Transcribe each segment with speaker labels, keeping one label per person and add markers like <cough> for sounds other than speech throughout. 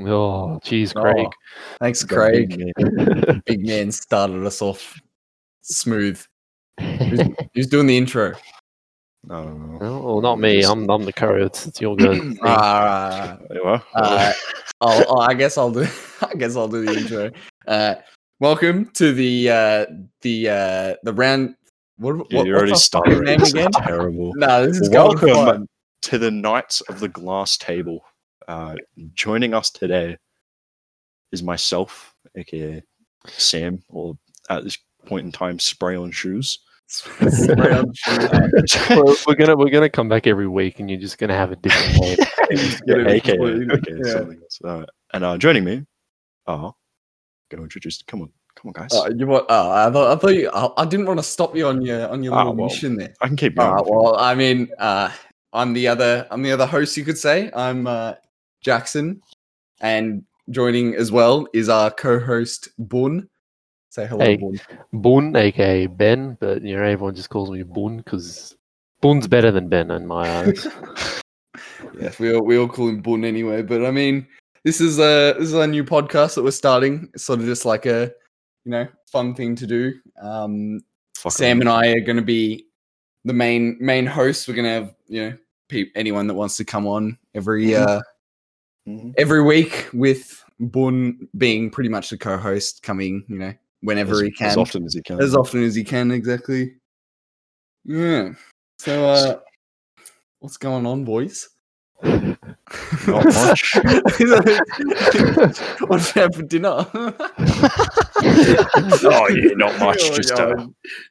Speaker 1: Oh, geez, Craig.
Speaker 2: Thanks,
Speaker 3: The
Speaker 2: Craig.
Speaker 3: big
Speaker 2: Big man started us off smooth. Who's, who's doing the
Speaker 3: <laughs>
Speaker 2: intro?
Speaker 3: man. I don't know.
Speaker 1: Oh, <laughs> well, not me. I'm I'm the coach. It's, it's
Speaker 2: <clears throat>
Speaker 1: your good.
Speaker 2: Ah,
Speaker 3: There you are.
Speaker 2: Uh,
Speaker 3: <laughs>
Speaker 2: I'll, I'll- I guess I'll do. <laughs> I guess I'll do the intro. Uh, welcome to the uh, the uh, the round. What, <laughs> what,
Speaker 3: Yeah, you
Speaker 2: what's
Speaker 3: already
Speaker 2: our
Speaker 3: started.
Speaker 2: fucking name
Speaker 3: This is
Speaker 2: again?
Speaker 3: terrible.
Speaker 2: No, this is going fine.
Speaker 3: Welcome to the Knights of the Glass Table. Uh, joining us today is myself, aka Sam, or at this point in time, Spray
Speaker 2: <laughs>
Speaker 3: on Shoes. <laughs>
Speaker 2: Round two.
Speaker 1: we're, we're gonna we're gonna come back every week, and you're just gonna have a different name.
Speaker 3: Yeah,
Speaker 2: Get it
Speaker 3: aka,
Speaker 2: completely.
Speaker 3: aka
Speaker 2: Yeah.
Speaker 3: something else. Alright. and uh, joining me are go introduce. Come on, come on, guys.
Speaker 2: Uh, you want? Oh, I thought, I thought you. I, I didn't want to stop you on your on your
Speaker 3: Ah,
Speaker 2: little
Speaker 3: well,
Speaker 2: mission there.
Speaker 3: I can keep going.
Speaker 2: All right. Uh, Well, I mean, uh, I'm the other. I'm the other host. You could say I'm uh, Jackson, and joining as well is our co-host Bun. Say hello,
Speaker 1: Hey.
Speaker 2: Bun.
Speaker 1: Bun, aka Ben, but you know everyone just calls me Bun because Bun's better than Ben in my eyes.
Speaker 2: Yes, we all, we all call him Bun anyway. But I mean, this is a this is a new podcast that we're starting. It's sort of just like a you know fun thing to do. Um,
Speaker 3: Fuck
Speaker 2: Sam
Speaker 3: it.
Speaker 2: and I are going to be the main main hosts. We're going to have you know pe- anyone that wants to come on every
Speaker 3: Mhm.
Speaker 2: uh,
Speaker 3: Mhm.
Speaker 2: every week with Bun being pretty much the co-host, coming you know whenever
Speaker 3: as,
Speaker 2: he can,
Speaker 3: as often as he can.
Speaker 2: as often as he can, exactly. Yeah. So uh, what's going on, boys?
Speaker 3: Not much.
Speaker 2: <laughs>
Speaker 3: <laughs>
Speaker 2: what we have for dinner? <laughs>
Speaker 3: <laughs> oh yeah, not much.
Speaker 2: Oh,
Speaker 3: just
Speaker 2: yeah.
Speaker 3: uh,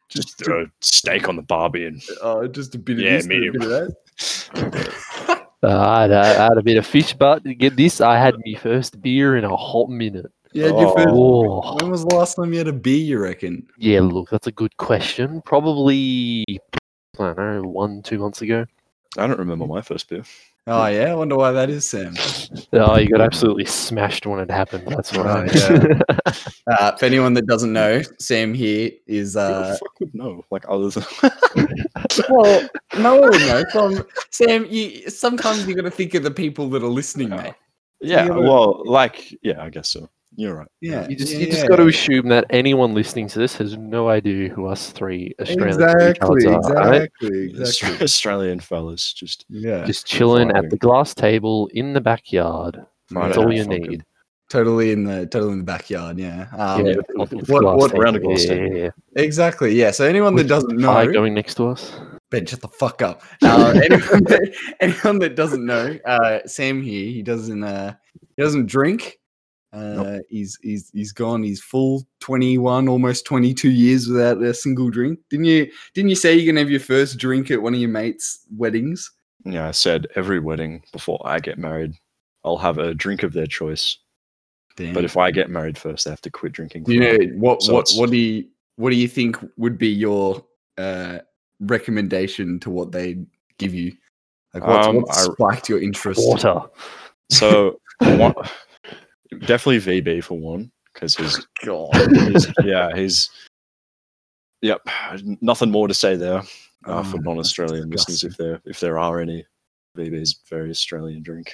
Speaker 3: just throw a steak on the barbie and
Speaker 2: uh, just a bit of
Speaker 3: Yeah,
Speaker 2: this, and a
Speaker 3: medium.
Speaker 2: bit of that.
Speaker 1: Uh, I, had, I had a bit of fish, but get this: I had my first beer in a hot minute.
Speaker 2: Yeah, do you
Speaker 3: Oh.
Speaker 2: feel-
Speaker 1: Oh,
Speaker 2: When was the last time you had a beer, you reckon?
Speaker 1: yeah. Look, that's a good question. Probably I don't know one two months ago.
Speaker 3: I don't remember my first beer.
Speaker 2: Oh, yeah. I wonder why that is, Sam.
Speaker 1: Oh, you got absolutely smashed when it happened. That's right.
Speaker 3: <laughs>
Speaker 2: Right, Uh, for anyone that doesn't know, Sam here is.
Speaker 3: Who
Speaker 2: Uh,
Speaker 3: the fuck would know? Like
Speaker 2: <laughs>
Speaker 3: other than
Speaker 2: well, no one would know. From, <laughs> Sam, you, sometimes you got to think of the people that are listening, mate.
Speaker 3: yeah,
Speaker 2: Yeah, but-
Speaker 3: well, like yeah, I guess so. You're right.
Speaker 2: Yeah.
Speaker 1: You just
Speaker 2: yeah,
Speaker 1: you just
Speaker 2: yeah.
Speaker 1: got to assume that anyone listening to this has no idea who us three Australian
Speaker 2: Exactly,
Speaker 1: retards are. all right?
Speaker 2: exactly, exactly.
Speaker 3: Aust- Australian fellas just
Speaker 2: Yeah,
Speaker 1: Just chilling at
Speaker 3: Firing.
Speaker 1: the glass table in the backyard.
Speaker 3: Right
Speaker 1: That's
Speaker 3: out
Speaker 1: all
Speaker 3: of
Speaker 1: you
Speaker 3: fucking-
Speaker 1: need.
Speaker 2: totally in the totally in the backyard. Yeah, um,
Speaker 1: Yeah, with- with
Speaker 2: what-
Speaker 1: glass
Speaker 2: what
Speaker 1: table,
Speaker 3: round of glass
Speaker 1: yeah,
Speaker 3: table?
Speaker 1: yeah, yeah.
Speaker 2: exactly. Yeah. So anyone
Speaker 1: With
Speaker 2: that doesn't know,
Speaker 1: Fire going next to us.
Speaker 2: Ben, shut the fuck
Speaker 3: <laughs>
Speaker 2: up. Uh, anyone, that, anyone that doesn't know, uh, Sam here, he doesn't uh, he doesn't drink. Uh, He's he's he's gone. He's full twenty one, almost twenty two years without a single drink. Didn't you? Didn't you say you're gonna have your first drink at one of your mates' weddings?
Speaker 3: Yeah, I said every wedding before I get married, I'll have a drink of their choice.
Speaker 2: Damn.
Speaker 3: But if I get married first, I have to quit drinking.
Speaker 2: Do you know
Speaker 3: forever.
Speaker 2: what
Speaker 3: So
Speaker 2: what
Speaker 3: it's-
Speaker 2: what do you what do you think would be your uh, recommendation to what they give you? Like what's,
Speaker 3: Um,
Speaker 2: what
Speaker 3: I-
Speaker 2: spiked your interest?
Speaker 1: <laughs> Water.
Speaker 3: so one, definitely VB for one because his
Speaker 2: God. <laughs>
Speaker 3: He's- yeah, he's. Yep, nothing more to say there uh, for
Speaker 2: Oh,
Speaker 3: non-Australian
Speaker 2: that's
Speaker 3: listeners, if there if there are any. VB's very Australian drink.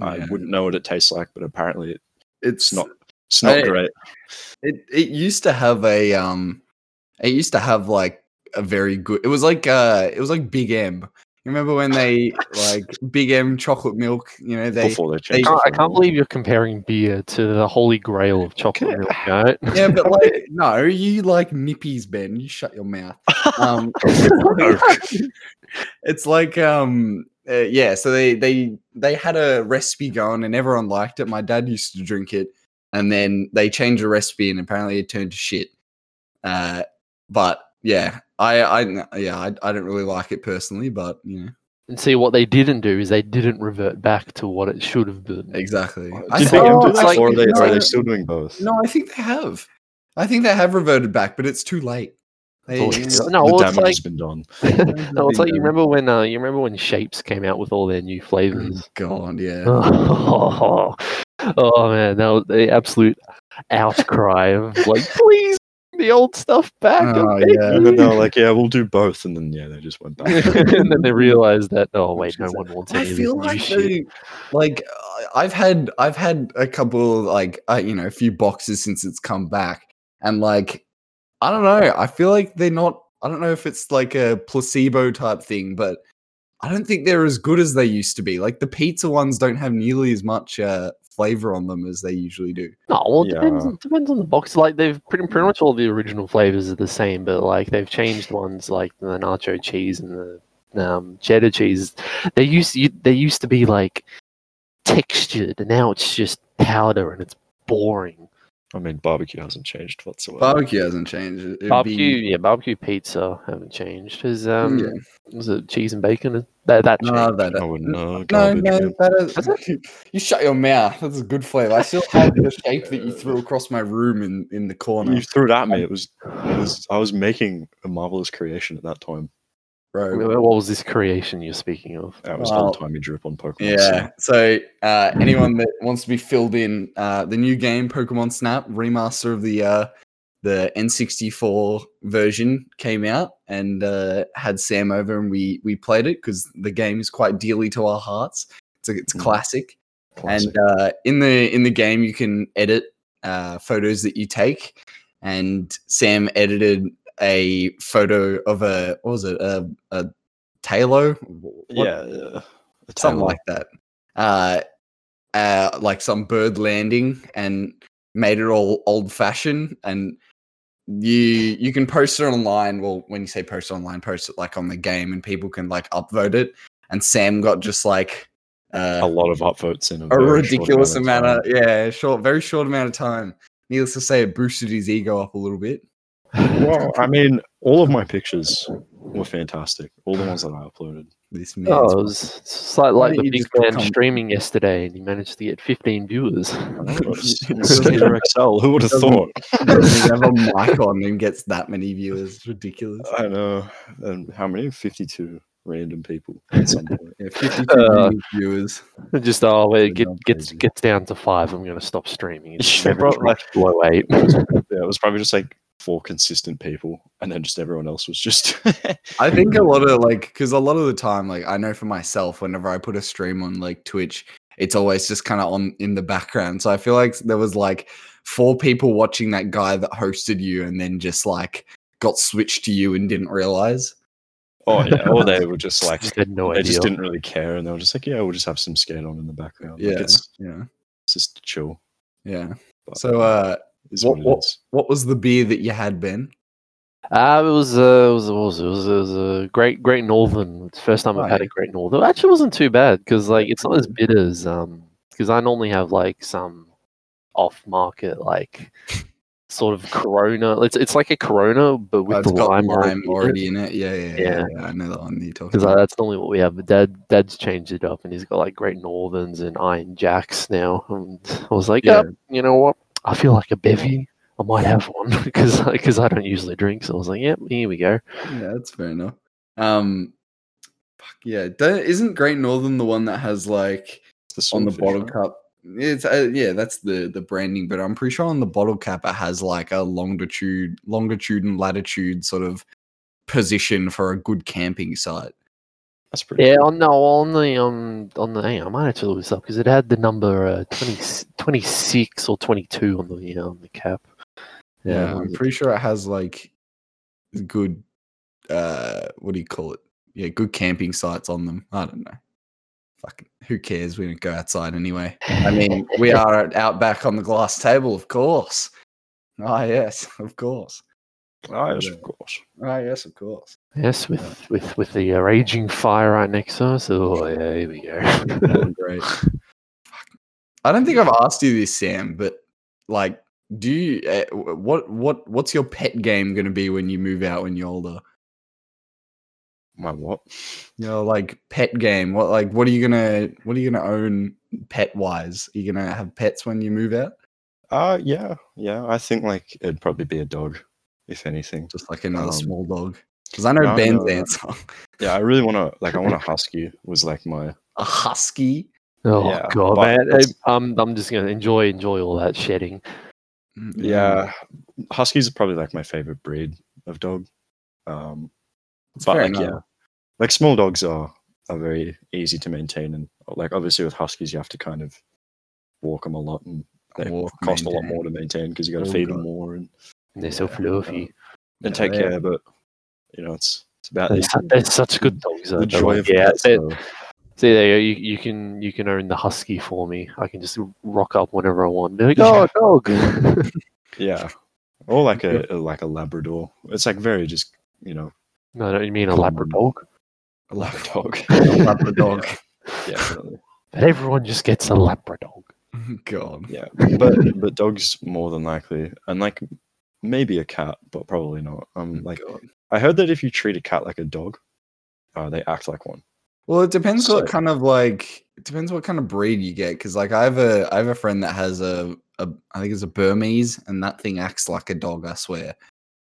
Speaker 3: I
Speaker 2: Yeah.
Speaker 3: wouldn't know what it tastes like, but apparently it,
Speaker 2: It's
Speaker 3: not- it's not
Speaker 2: I-
Speaker 3: great.
Speaker 2: It it used to have a um, it used to have like a very good. It was like uh, it was like Big M. You remember when they like Big M chocolate milk? You know they.
Speaker 3: before they changed.
Speaker 1: I
Speaker 3: it
Speaker 1: can't- I
Speaker 3: for
Speaker 1: can't <laughs>
Speaker 3: one. <laughs>
Speaker 1: believe you're comparing beer to the holy grail of chocolate milk.
Speaker 2: <laughs>
Speaker 1: all right?
Speaker 2: Yeah, but like no, you like nippies, Ben. You shut your mouth. Um,
Speaker 3: Oh,
Speaker 2: it's like um, uh, yeah. So they they they had a recipe going, and everyone liked it. My dad used to drink it, and then they changed the recipe, and apparently it turned to shit. Uh, but yeah, I I yeah I, I don't really like it personally, but you know
Speaker 1: And see what they didn't do is they didn't revert back to what it should have been.
Speaker 2: exactly.
Speaker 3: Did
Speaker 2: I
Speaker 3: Big
Speaker 2: think-
Speaker 3: M
Speaker 1: saw-
Speaker 3: do
Speaker 1: it's
Speaker 3: that,
Speaker 1: like-
Speaker 3: or are they,
Speaker 2: no,
Speaker 3: are they still doing both?
Speaker 2: no, I think they have. I think they have reverted back, but it's too late. They,
Speaker 1: all-
Speaker 3: It's-
Speaker 1: No,
Speaker 3: <laughs> the
Speaker 1: well, it's
Speaker 3: damage
Speaker 1: like-
Speaker 3: has
Speaker 1: <laughs>
Speaker 3: been done.
Speaker 1: No, it's like you remember when uh, you remember when Shapes came out with all their new flavors.
Speaker 2: God, yeah. Mm.
Speaker 1: <laughs>
Speaker 2: <laughs>
Speaker 1: Oh, man, that was the absolute outcry of like, please the old stuff back.
Speaker 2: Oh,
Speaker 1: okay.
Speaker 2: yeah. <laughs>
Speaker 3: And then they were like, yeah, we'll do both. And then, yeah, they just went back.
Speaker 1: <laughs> and
Speaker 2: <laughs>
Speaker 1: then they realized that oh wait, no
Speaker 2: She's
Speaker 1: one wants
Speaker 2: I
Speaker 1: any of
Speaker 2: feel
Speaker 1: this new
Speaker 2: like
Speaker 1: shit.
Speaker 2: they, like uh, I've had I've had a couple like uh, you know a few boxes since it's come back, and like I don't know. I feel like they're not. I don't know if it's like a placebo type thing, but I don't think they're as good as they used to be. Like the pizza ones don't have nearly as much uh, flavor on them as they usually do.
Speaker 1: No, well, it depends,
Speaker 3: Yeah.
Speaker 1: it depends on the box. Like they've pretty, pretty much all the original flavors are the same, but like they've changed ones like the nacho cheese and the um, cheddar cheese. They used you, they used to be like textured, and now it's just powder and it's boring.
Speaker 3: I mean, barbecue hasn't changed whatsoever.
Speaker 2: Barbecue hasn't changed. It- it'd be-
Speaker 1: Barbecue, yeah, barbecue pizza haven't changed. Is um,
Speaker 2: Yeah.
Speaker 1: was it cheese and bacon? That that changed.
Speaker 2: No, that,
Speaker 3: I would know.
Speaker 2: No,
Speaker 3: Garbage.
Speaker 2: no, that
Speaker 1: That's
Speaker 2: is. <laughs> You shut your mouth. That's a good flavor. I still have the shape that you threw across my room in, in the
Speaker 3: yeah.
Speaker 2: corner,
Speaker 3: You threw it at me. It was, it was. I was making a marvelous creation at that time.
Speaker 1: <laughs> Wh-
Speaker 2: bro.
Speaker 1: What was this creation you're speaking of?
Speaker 3: That was
Speaker 2: Wow.
Speaker 3: old timey drip on Pokemon.
Speaker 2: Yeah. So, uh, anyone that wants to be filled in, uh, the new game Pokemon Snap remaster of the uh, the N64 version came out, and uh, had Sam over, and we we played it because the game is quite dearly to our hearts. It's a, it's
Speaker 3: Mm.
Speaker 2: classic.
Speaker 3: classic.
Speaker 2: And uh, in the in the game, you can edit uh, photos that you take. And Sam edited a photo of a what was it a a Talo? What-
Speaker 3: yeah, yeah. It's
Speaker 2: something like that. Uh, uh, like some bird landing, and made it all old fashioned. And you you can post it online. Well, when you say post online, post it like on the game, and people can like upvote it. And Sam got just like uh,
Speaker 3: a lot of upvotes in a,
Speaker 2: a
Speaker 3: very short
Speaker 2: ridiculous amount
Speaker 3: amount
Speaker 2: of
Speaker 3: time.
Speaker 2: yeah, short, very short amount of time. Needless to say, it boosted his ego up a little bit.
Speaker 3: Well, I mean, all of my pictures were fantastic. All the ones that I uploaded.
Speaker 2: This man,
Speaker 1: Oh,
Speaker 2: <laughs>
Speaker 1: it was it's like,
Speaker 2: Why
Speaker 1: like the
Speaker 2: don't you
Speaker 1: big
Speaker 2: just
Speaker 1: man
Speaker 2: become-
Speaker 1: streaming yesterday, and he managed to get 15 viewers.
Speaker 2: <laughs>
Speaker 3: <laughs> Skater XL. Who would have
Speaker 2: Doesn't-
Speaker 3: thought?
Speaker 2: doesn't even have a mic on and gets that many viewers. It's ridiculous.
Speaker 3: I know. And how many? Fifty-two random people
Speaker 2: <laughs>
Speaker 3: at some point.
Speaker 2: Yeah, 52
Speaker 1: Uh,
Speaker 2: million viewers.
Speaker 1: Just oh, well,
Speaker 3: Good
Speaker 1: it get,
Speaker 3: job,
Speaker 1: gets
Speaker 3: Daisy.
Speaker 1: gets down to five. I'm gonna stop streaming. It's
Speaker 3: Yeah,
Speaker 1: never
Speaker 3: bro, like-
Speaker 1: dropped below <laughs> eight.
Speaker 3: Yeah, it was probably just like four consistent people, and then just everyone else was just. <laughs>
Speaker 2: I think a lot of like, because a lot of the time, like, I know for myself, whenever I put a stream on like Twitch, it's always just kind of on in the background. So I feel like there was like four people watching that guy that hosted you and then just like got switched to you and didn't realize.
Speaker 3: oh yeah, or they were just
Speaker 1: I
Speaker 3: like
Speaker 1: just had no
Speaker 3: they
Speaker 1: idea.
Speaker 3: just didn't really care, and they were just like, yeah, we'll just have some skate on in the background.
Speaker 2: Yeah.
Speaker 3: like, it's,
Speaker 2: Yeah.
Speaker 3: it's just chill.
Speaker 2: Yeah.
Speaker 3: But
Speaker 2: So, uh,
Speaker 3: is
Speaker 2: what-
Speaker 3: what, it is.
Speaker 2: what- what was the beer that you had, Ben?
Speaker 1: Uh, it was uh, it was it was, it was it was a great Great Northern. It's the first time I've had
Speaker 2: Right.
Speaker 1: a Great Northern. It actually wasn't too bad because like it's not as bitter as um because I normally have like some off market like sort of Corona. It's it's like a Corona but with
Speaker 2: Oh,
Speaker 1: the lime,
Speaker 2: lime
Speaker 1: already.
Speaker 2: already in it. Yeah, yeah, yeah.
Speaker 1: Yeah.
Speaker 2: yeah, I know that one that you're talking
Speaker 1: Because
Speaker 2: about.
Speaker 1: that's normally what we have. But Dad, Dad's changed it up, and he's got like Great Northerns and Iron Jacks now. And I was like,
Speaker 2: Yeah.
Speaker 1: yeah, you know what? I feel like a bevy. I might have one <laughs> because because I don't usually drink. So I was like, yep, here we go.
Speaker 2: Yeah, that's fair enough. Um, fuck yeah, don't, isn't Great Northern the one that has like
Speaker 3: It's the
Speaker 2: on the bottle
Speaker 3: swordfish, right?
Speaker 2: cup? It's uh, yeah, that's the the branding, but I'm pretty sure on the bottle cap it has like a longitude, longitude and latitude sort of position for a good camping site.
Speaker 3: That's pretty.
Speaker 1: Yeah,
Speaker 3: cool.
Speaker 1: on no on the um on the hang on, I might have to look this up because it had the number uh, 20, 26 or twenty two on the yeah, on the cap. Yeah,
Speaker 2: I'm pretty sure it has like good, uh, what do you call it? Yeah, good camping sites on them. I don't know. Fucking who cares? We don't go outside anyway. I mean, we are out back on the glass table, of course. Ah, yes, of course.
Speaker 3: Ah, yes, of course.
Speaker 2: Ah, yes, of course.
Speaker 1: <sighs> yes, with with with the uh, raging fire right next to us. Oh yeah, here we go. <laughs>
Speaker 2: Great. Fuck. I don't think I've asked you this, Sam, but like, do you uh, wh- what what what's your pet game going to be when you move out when you're older?
Speaker 3: My what?
Speaker 2: You know, like pet game. What like what are you gonna what are you gonna own pet wise? Are you gonna have pets when you move out?
Speaker 3: Uh yeah, yeah. I think like it'd probably be a dog, if anything.
Speaker 2: Just like another
Speaker 3: Um,
Speaker 2: small dog. Because I know
Speaker 3: no,
Speaker 2: Ben's
Speaker 3: no, no.
Speaker 2: answer. <laughs>
Speaker 3: Yeah, I really want to like. I want a husky. Was like my
Speaker 2: A husky.
Speaker 1: Oh
Speaker 3: Yeah,
Speaker 1: god, um,
Speaker 3: but
Speaker 1: man!
Speaker 3: it's-
Speaker 1: I, am I'm just gonna enjoy enjoy all that shedding.
Speaker 2: Mm,
Speaker 3: Yeah, huskies are probably like my favorite breed of dog. Um,
Speaker 2: It's
Speaker 3: but
Speaker 2: fair
Speaker 3: like,
Speaker 2: enough.
Speaker 3: yeah, like small dogs are are very easy to maintain, and like obviously with huskies you have to kind of walk them a lot, and they
Speaker 2: Walk,
Speaker 3: cost a lot
Speaker 2: <laughs> maintain.
Speaker 3: more to maintain because you got to
Speaker 2: Oh,
Speaker 3: feed them
Speaker 2: God.
Speaker 3: more and,
Speaker 1: And they're so
Speaker 3: Yeah.
Speaker 1: fluffy.
Speaker 3: and
Speaker 2: Yeah,
Speaker 3: take
Speaker 2: they-
Speaker 3: care. But you know, it's it's about
Speaker 1: They're,
Speaker 3: these-
Speaker 1: su- they're such good dogs. though.
Speaker 3: uh, the
Speaker 1: They're
Speaker 3: joy
Speaker 1: like,
Speaker 3: of
Speaker 1: yeah,
Speaker 3: pets,
Speaker 1: they're-
Speaker 3: though.
Speaker 1: See, there you, go. you you can you can own the husky for me. I can just rock up whenever I want. Be like, oh, dog. <laughs>
Speaker 3: yeah, or like a like a Labrador. It's like very just you know
Speaker 1: no, don't you mean a labrador?
Speaker 2: I love dog.
Speaker 3: <laughs> dog.
Speaker 2: I love the dog.
Speaker 3: yeah, definitely.
Speaker 1: But everyone just gets a labrador.
Speaker 2: <laughs> God.
Speaker 3: Yeah, but but dogs more than likely, and like maybe a cat, but probably not. Um, like
Speaker 2: God.
Speaker 3: I heard that if you treat a cat like a dog, uh, they act like one.
Speaker 2: Well, it depends what
Speaker 3: So-
Speaker 2: kind of like it depends what kind of breed you get. Because like I have a I have a friend that has a, a I think it's a Burmese, and that thing acts like a dog. I swear.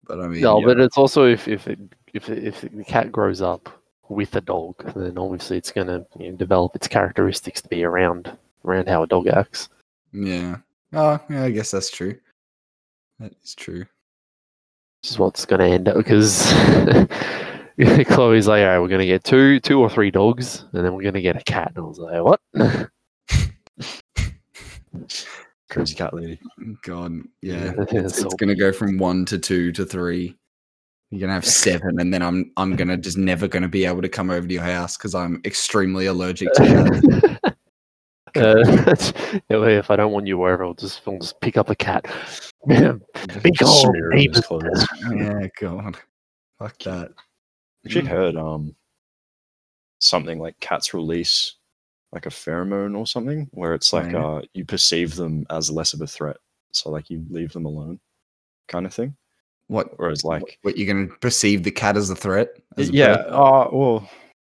Speaker 2: But I mean,
Speaker 1: No,
Speaker 3: yeah.
Speaker 1: but it's also if if it, if if the cat grows up with a dog, then obviously it's going to you know, develop its characteristics to be around around how a dog acts.
Speaker 2: yeah. Oh, yeah. I guess that's true. That is true.
Speaker 1: Which is what's going to end up because <laughs> Chloe's like, all right, we're going to get two two or three dogs, and then we're going to get a cat. And I was like,
Speaker 3: <laughs>
Speaker 1: what? <laughs>
Speaker 3: Crazy cat lady.
Speaker 2: God. Yeah.
Speaker 3: <laughs>
Speaker 1: it's,
Speaker 2: it's gonna go from one to two to three. You're gonna have seven, and then I'm I'm gonna just never gonna be able to come over to your house because I'm extremely allergic to
Speaker 3: <laughs>
Speaker 2: cats.
Speaker 1: Uh, <laughs> yeah, well, if I don't want you over, I'll just, I'll just pick up a cat. <laughs> Man, Big
Speaker 3: Just
Speaker 1: ol'
Speaker 3: smear it in his
Speaker 1: baby.
Speaker 3: clothes.
Speaker 2: yeah, God, fuck that. Mm,
Speaker 3: Actually heard um something like cats release like a pheromone or something where it's like
Speaker 2: Right.
Speaker 3: uh you perceive them as less of a threat, so like you leave them alone, kind of thing.
Speaker 2: What?
Speaker 3: Whereas like
Speaker 2: Like, what you're gonna perceive the cat as a threat? Hmm. As a
Speaker 3: yeah.
Speaker 2: bird?
Speaker 3: Uh, well,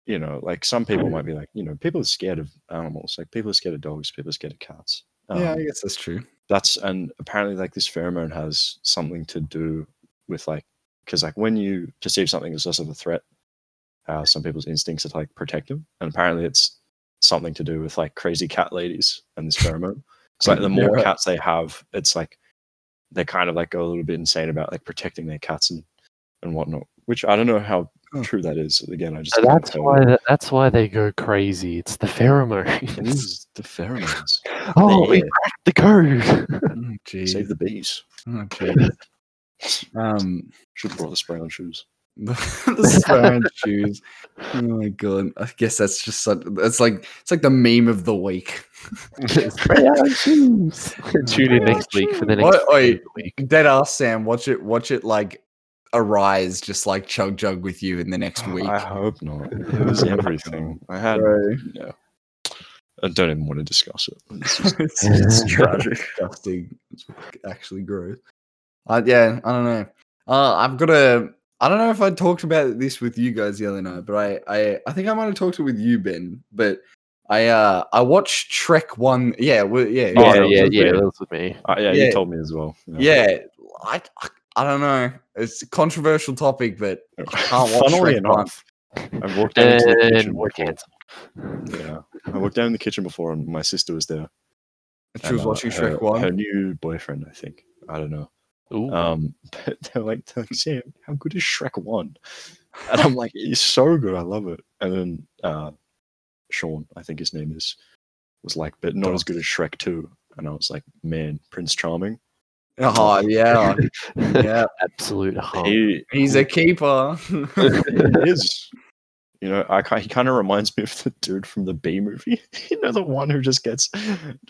Speaker 3: you know, like some people might be like, you know, people are scared of animals. Like people are scared of dogs. People are scared of cats. Um,
Speaker 2: yeah, I guess that's
Speaker 3: <laughs>
Speaker 2: true.
Speaker 3: That's and apparently, like this pheromone has something to do with like because like when you perceive something as less of a threat, uh, some people's instincts are to like protect them, and apparently it's something to do with like crazy cat ladies and this pheromone. It's
Speaker 1: <laughs>
Speaker 3: like the more
Speaker 2: Yeah.
Speaker 3: cats they have, it's like they kind of like go a little bit insane about like protecting their cats and and whatnot. Which I don't know how
Speaker 2: Huh.
Speaker 3: true that is. Again, I just
Speaker 1: So
Speaker 3: can't
Speaker 1: that's
Speaker 3: tell.
Speaker 1: why th- that's why they go crazy. It's the
Speaker 3: It
Speaker 1: pheromones.
Speaker 3: is the pheromones.
Speaker 1: <laughs> oh, we
Speaker 3: yeah.
Speaker 1: cracked the
Speaker 3: <laughs>
Speaker 1: code.
Speaker 2: Oh, Jeez.
Speaker 3: Save the bees. <laughs>
Speaker 2: Oh, jeez. um.
Speaker 3: Should have brought the spray on shoes.
Speaker 2: <laughs> the swearing shoes. Oh my god! I guess that's just such, that's like it's like the meme of the week.
Speaker 1: Tune in next week for the next
Speaker 2: Oi, oi.
Speaker 1: fucking week.
Speaker 2: Dead ass Sam, watch it. Watch it like arise, just like chug jug with you in the next week.
Speaker 3: Oh, I hope not.
Speaker 1: <laughs>
Speaker 2: <laughs>
Speaker 3: It was everything. I had.
Speaker 2: Bro,
Speaker 3: Yeah. I don't even want to discuss it. <laughs> It's just-
Speaker 2: it's, <laughs>
Speaker 3: <laughs>
Speaker 2: it's tragic, disgusting. It's actually gross. Uh, yeah, I don't know. Uh, I've got a. I don't know if I talked about this with you guys the other night, but I I, I think I might have talked it with you, Ben. But I uh I watched Trek one. Yeah, well, yeah,
Speaker 3: Oh,
Speaker 1: Yeah,
Speaker 3: that was
Speaker 1: yeah,
Speaker 3: with
Speaker 1: yeah.
Speaker 3: me.
Speaker 1: That was with me.
Speaker 3: uh, yeah,
Speaker 2: Yeah.
Speaker 3: you told me as well. <laughs>
Speaker 2: yeah I, I i don't know it's a controversial topic but I can't watch
Speaker 3: Funnily
Speaker 2: Shrek
Speaker 3: enough, I walked down into the
Speaker 1: And
Speaker 3: kitchen.
Speaker 1: we're
Speaker 3: before-
Speaker 1: cancelled.
Speaker 3: Yeah, I walked down in the kitchen before, and my sister was there.
Speaker 2: she
Speaker 3: and,
Speaker 2: was
Speaker 3: uh,
Speaker 2: watching
Speaker 3: her-
Speaker 2: shrek 1
Speaker 3: Her new boyfriend, I think. I don't know.
Speaker 1: Ooh.
Speaker 3: Um, <laughs> but they're like, they're like, Sam, how good is Shrek One? And I'm like, it's so good, I love it. And then uh, Sean, I think his name is, was like, but not as good as Shrek Two. And I was like, man, Prince Charming,
Speaker 2: oh
Speaker 3: <laughs>
Speaker 2: yeah yeah
Speaker 1: <laughs> Absolute harm.
Speaker 3: he,
Speaker 2: he's a keeper <laughs> Oh,
Speaker 3: he is. You know, I ki- he kind of reminds me of the dude from the B movie. <laughs> you know, the one who just gets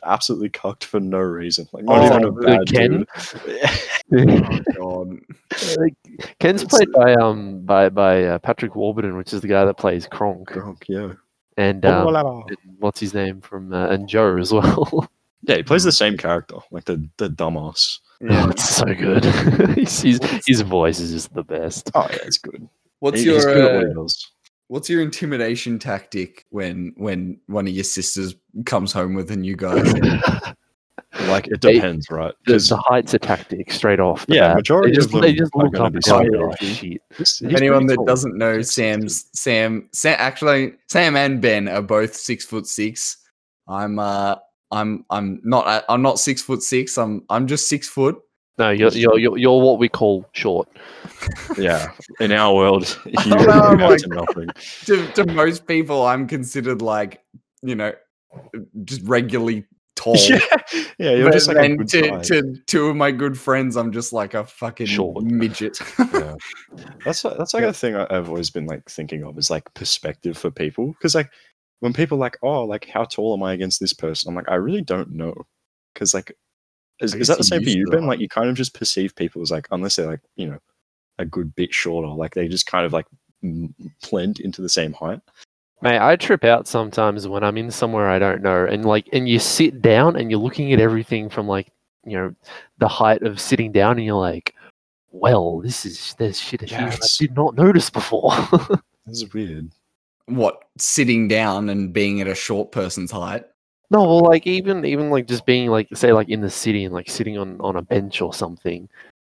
Speaker 3: absolutely cucked for no reason, like not
Speaker 2: Oh,
Speaker 3: even a
Speaker 1: the
Speaker 3: bad
Speaker 1: Ken?
Speaker 3: dude.
Speaker 1: <laughs>
Speaker 3: <laughs>
Speaker 2: oh god
Speaker 1: Ken's played by um by by uh, Patrick Warburton, which is the guy that plays Kronk,
Speaker 3: Gronk, yeah.
Speaker 1: and
Speaker 3: Oh,
Speaker 1: um,
Speaker 3: uh,
Speaker 1: what's his name from uh, and Joe as well. <laughs>
Speaker 3: Yeah, he plays the same character, like the the dumbass.
Speaker 1: Oh,
Speaker 2: yeah.
Speaker 1: it's so good. <laughs> his, his, his voice is just the
Speaker 3: <laughs>
Speaker 1: best.
Speaker 3: Oh yeah, it's good.
Speaker 2: what's
Speaker 3: He- he's
Speaker 2: your
Speaker 3: good at what
Speaker 2: uh,
Speaker 3: he does.
Speaker 2: what's your intimidation tactic when when one of your sisters comes home with a new
Speaker 3: <laughs>
Speaker 2: guy
Speaker 3: Like it
Speaker 1: They-
Speaker 3: depends, right?
Speaker 1: The,
Speaker 3: 'Cause-
Speaker 1: the heights are tactic straight off. the
Speaker 3: yeah,
Speaker 1: bat.
Speaker 3: majority
Speaker 1: they just,
Speaker 3: of them
Speaker 1: they just
Speaker 3: are
Speaker 1: look
Speaker 3: gonna
Speaker 1: up
Speaker 3: be
Speaker 1: and go,
Speaker 3: similar.
Speaker 1: "Oh, shit.
Speaker 3: He's- he's
Speaker 2: anyone
Speaker 3: pretty
Speaker 2: that
Speaker 3: tall.
Speaker 2: doesn't know
Speaker 3: Six
Speaker 2: Sam's Sam Sam actually Sam and Ben are both six foot six. uh, I'm uh I'm I'm not I- I'm not six foot six. I'm I'm just six foot.
Speaker 1: No, you're you're you're, you're what we call short.
Speaker 3: Yeah, in our world, <laughs> you
Speaker 2: Oh
Speaker 3: amount
Speaker 2: my
Speaker 3: to nothing.
Speaker 2: to, to most people, I'm considered like, you know, just regularly tall.
Speaker 3: Yeah, yeah, you're
Speaker 2: but
Speaker 3: just like a
Speaker 2: then
Speaker 3: good
Speaker 2: to,
Speaker 3: size.
Speaker 2: to two of my good friends, I'm just like a fucking
Speaker 3: Short.
Speaker 2: midget. <laughs>
Speaker 3: yeah. That's like- that's like a thing I- I've always been like thinking of is like perspective for people because like when people are like oh like how tall am I against this person I'm like I really don't know because like is,
Speaker 2: I guess
Speaker 3: is that
Speaker 2: you
Speaker 3: the same for
Speaker 2: used
Speaker 3: you
Speaker 2: to
Speaker 3: Ben
Speaker 2: know.
Speaker 3: like you kind of just perceive people as like unless they're like you know a good bit shorter like they just kind of like m- blend into the same height
Speaker 1: Mate, I trip out sometimes when I'm in somewhere I don't know, and like, and you sit down and you're looking at everything from like, you know, the height of sitting down, and you're like, well, this is there's shit here that I
Speaker 3: Yes.
Speaker 1: did not notice before. <laughs>
Speaker 3: this is weird
Speaker 2: what sitting down and being at a short person's height?
Speaker 1: no, well, like even even like just being like say like in the city and like sitting on on a bench or something,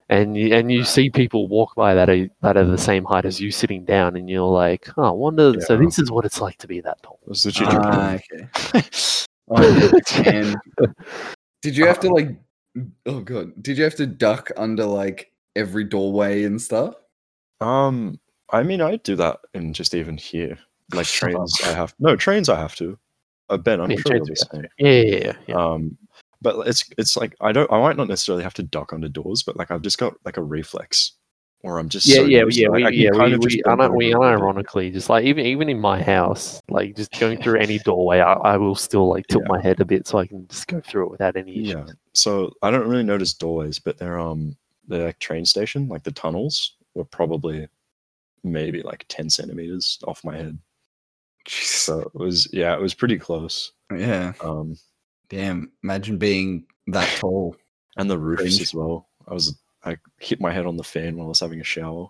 Speaker 1: and you, and you see people walk by that are that are the same height as you sitting down, and you're like, oh, I wonder. So
Speaker 3: Yeah.
Speaker 1: this is what it's like to be that tall.
Speaker 3: that's the
Speaker 2: Ah, okay. And did you have to
Speaker 3: <laughs>
Speaker 2: like? Oh god, did you have to duck under like every doorway and stuff?
Speaker 3: <laughs> um I mean I do that in just even here like
Speaker 2: Shut up.
Speaker 3: trains I have no trains I have to uh, Ben I'm
Speaker 1: Yeah,
Speaker 3: sure you're
Speaker 1: trains we
Speaker 3: the
Speaker 1: have
Speaker 3: same.
Speaker 1: Yeah, yeah, yeah. yeah.
Speaker 3: Um, but it's it's like I don't I might not necessarily have to duck under doors, but like I've just got like a reflex, or I'm just
Speaker 1: yeah,
Speaker 3: so
Speaker 1: yeah,
Speaker 3: used to-
Speaker 1: yeah,
Speaker 3: like, I
Speaker 1: we,
Speaker 3: can
Speaker 1: yeah,
Speaker 3: kind
Speaker 1: we,
Speaker 3: of just
Speaker 1: we,
Speaker 3: bend
Speaker 1: un-
Speaker 3: over
Speaker 1: we
Speaker 3: a little bit.
Speaker 1: unironically just like even even in my house, like just going through
Speaker 3: <laughs>
Speaker 1: any doorway, I, I will still like tilt
Speaker 3: Yeah.
Speaker 1: my head a bit so I can just go through it without any issues.
Speaker 3: Yeah, so I don't really notice doorways, but they're um the like train station, like the tunnels were probably maybe like ten centimeters off my head. So it was yeah, it was pretty close.
Speaker 2: Yeah.
Speaker 3: Um,
Speaker 2: Damn. Imagine being that tall.
Speaker 3: and the roofs
Speaker 2: Cringe.
Speaker 3: as well. I was I hit my head on the fan while I was having a shower.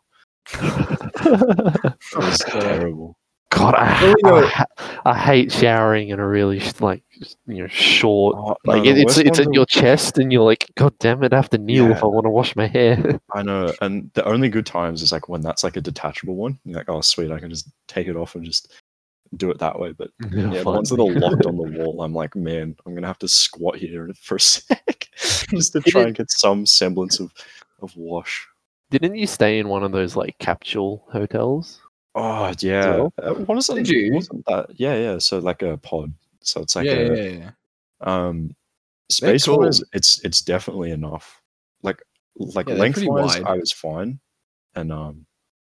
Speaker 3: It was terrible.
Speaker 1: <laughs> God, I,
Speaker 2: Well, you
Speaker 1: I,
Speaker 2: know-
Speaker 1: ha- I hate showering in a really sh- like s- you know short.
Speaker 3: Oh, no,
Speaker 1: Like
Speaker 3: the
Speaker 1: it, it's
Speaker 3: worst
Speaker 1: it's
Speaker 3: ones
Speaker 1: at
Speaker 3: are-
Speaker 1: your chest, and you're like, God damn it! I have to kneel if
Speaker 3: Yeah.
Speaker 1: I want to wash my hair.
Speaker 3: I know, and the only good times is like when that's like a detachable one. You're like, oh sweet, I can just take it off and just do it that way. But <laughs>
Speaker 1: <laughs>
Speaker 3: yeah, the ones that are
Speaker 1: Finally.
Speaker 3: locked on the wall, I'm like, man, I'm gonna have to squat here <laughs> for
Speaker 2: <laughs>
Speaker 3: a sec just to try and get some semblance of of wash.
Speaker 1: Didn't you stay in one of those like capsule hotels?
Speaker 3: Oh yeah,
Speaker 1: well.
Speaker 3: Uh, what is it?
Speaker 2: Did you?
Speaker 3: Wasn't that? Yeah, yeah. So like a pod. So it's like
Speaker 2: yeah,
Speaker 3: a
Speaker 2: yeah, yeah.
Speaker 3: um
Speaker 2: They're
Speaker 3: space wise
Speaker 2: cool.
Speaker 3: it's it's definitely enough like like
Speaker 2: Yeah, they're pretty
Speaker 3: lengthwise
Speaker 2: wide.
Speaker 3: i was fine and um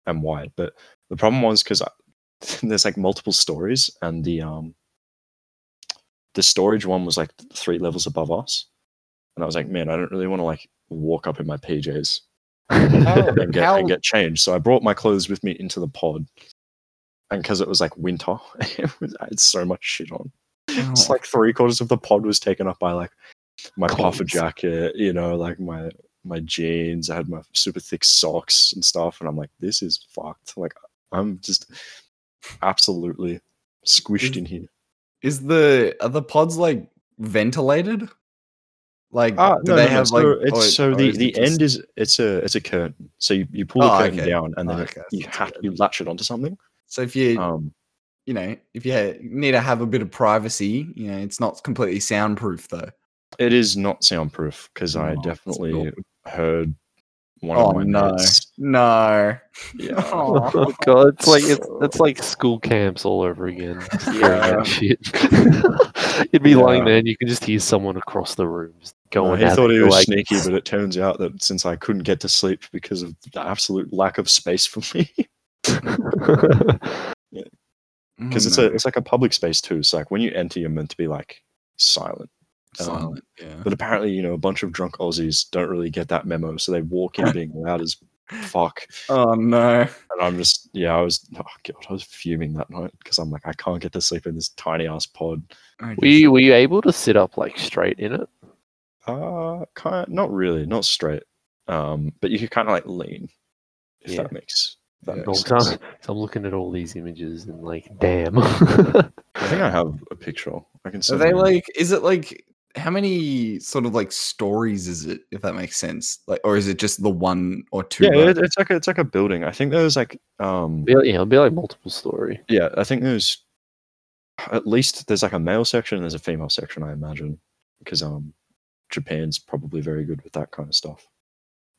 Speaker 3: and wide but the problem was because <laughs> there's like multiple stories and the um the storage one was like th- three levels above us and i was like man i don't really want to like walk up in my pjs
Speaker 1: <laughs>
Speaker 3: and get,
Speaker 2: How-
Speaker 3: and get changed so i brought my clothes with me into the pod and because it was like winter <laughs> it was, i had so much shit on it's
Speaker 2: Oh,
Speaker 3: like three quarters of the pod was taken up by like my puffer
Speaker 1: Clothes.
Speaker 3: jacket, you know, like my my jeans. I had my super thick socks and stuff, and I'm like, this is fucked. Like I'm just absolutely squished in here.
Speaker 2: is the are the pods like ventilated? Like
Speaker 3: Uh, Ah,
Speaker 2: do they have like
Speaker 3: so, it's
Speaker 2: or-
Speaker 3: so
Speaker 2: or
Speaker 3: the
Speaker 2: is it
Speaker 3: the
Speaker 2: just-
Speaker 3: end is it's a it's a curtain. So you, you pull
Speaker 2: Oh,
Speaker 3: the curtain
Speaker 2: okay.
Speaker 3: down, and then
Speaker 2: Oh,
Speaker 3: it-
Speaker 2: okay,
Speaker 3: you
Speaker 2: that's
Speaker 3: have
Speaker 2: good.
Speaker 3: you latch it onto something.
Speaker 2: So if you
Speaker 3: Um,
Speaker 2: you know if you ha- need to have a bit of privacy, you know it's not completely soundproof though.
Speaker 3: it is not soundproof because I
Speaker 2: Oh, that's a bit
Speaker 3: definitely
Speaker 2: awkward.
Speaker 3: heard one
Speaker 2: Oh
Speaker 3: of my
Speaker 2: no, <laughs>
Speaker 3: mates-
Speaker 2: no.
Speaker 3: Yeah.
Speaker 2: <laughs> Aw.
Speaker 3: <laughs>
Speaker 1: Oh god, it's like it's it's like school camps all over again. Just hearing
Speaker 2: <laughs>
Speaker 1: that shit. <laughs> You'd be lying
Speaker 3: Yeah.
Speaker 1: there and you can just hear someone across the room just
Speaker 3: No,
Speaker 1: going.
Speaker 3: he
Speaker 1: at
Speaker 3: thought
Speaker 1: it.
Speaker 3: he
Speaker 1: You're
Speaker 3: was
Speaker 1: like,
Speaker 3: sneaky, but it turns out that since I couldn't get to sleep because of the absolute lack of space for me, <laughs> <laughs>
Speaker 2: Oh,
Speaker 3: because it's
Speaker 2: no.
Speaker 3: a it's like a public space too. So like when you enter, you're meant to be like silent. um,
Speaker 2: silent. Yeah.
Speaker 3: But apparently, you know, a bunch of drunk Aussies don't really get that memo, so they walk in being loud as fuck.
Speaker 2: Oh no.
Speaker 3: And I'm just yeah, I was oh god, I was fuming that night because I'm like I can't get to sleep in this tiny ass pod.
Speaker 2: I
Speaker 1: <laughs> were you were you able to sit up like straight in it?
Speaker 3: Uh, kind not really, not straight. Um, but you could kind of like lean, if
Speaker 1: Yeah.
Speaker 3: that makes. if That
Speaker 2: Yeah.
Speaker 1: Oh,
Speaker 3: makes
Speaker 1: so,
Speaker 3: sense.
Speaker 1: so I'm looking at all these images and like, damn. <laughs>
Speaker 3: I think I have a picture. I can
Speaker 2: Are
Speaker 3: send.
Speaker 2: they
Speaker 3: you.
Speaker 2: like? Is it like? How many sort of like stories is it? If that makes sense, like, or is it just the one or two?
Speaker 3: Yeah,
Speaker 2: rows?
Speaker 3: it, it's like a, it's like a building. I think there's like um
Speaker 1: Be like- yeah, it'd be like multiple story.
Speaker 3: yeah, I think there's at least there's like a male section and there's a female section. I imagine because um Japan's probably very good with that kind of stuff.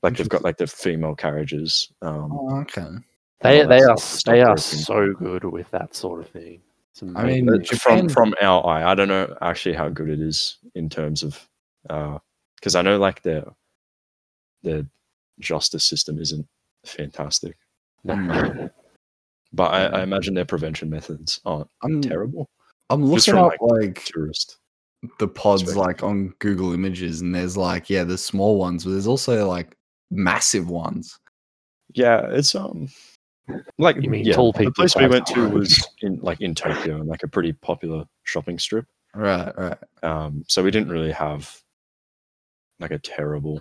Speaker 3: Like they've got like the female carriages. Um,
Speaker 2: Oh, okay.
Speaker 1: They
Speaker 3: Oh,
Speaker 1: they are
Speaker 3: that's-
Speaker 1: they are
Speaker 3: that's
Speaker 1: so good with that sort of thing. It's
Speaker 2: I mean,
Speaker 1: amazing.
Speaker 2: Japan-
Speaker 3: uh, from from our eye, I don't know actually how good it is in terms of because I know like the the justice system isn't fantastic,
Speaker 1: No.
Speaker 3: but I, I imagine their prevention methods aren't
Speaker 2: I'm
Speaker 3: terrible.
Speaker 2: I'm
Speaker 3: Just
Speaker 2: looking
Speaker 3: from,
Speaker 2: up
Speaker 3: like,
Speaker 2: like
Speaker 3: Tourist,
Speaker 2: the pods
Speaker 3: perspective.
Speaker 2: like on Google Images, and there's like yeah, there's small ones, but there's also like massive ones.
Speaker 3: yeah, it's um like
Speaker 1: You mean
Speaker 3: yeah,
Speaker 1: tall
Speaker 3: The
Speaker 1: people
Speaker 3: place we
Speaker 1: size
Speaker 3: went to
Speaker 1: town.
Speaker 3: was in like in Tokyo, and like a pretty popular shopping strip.
Speaker 2: Right, right.
Speaker 3: Um, so we didn't really have like a terrible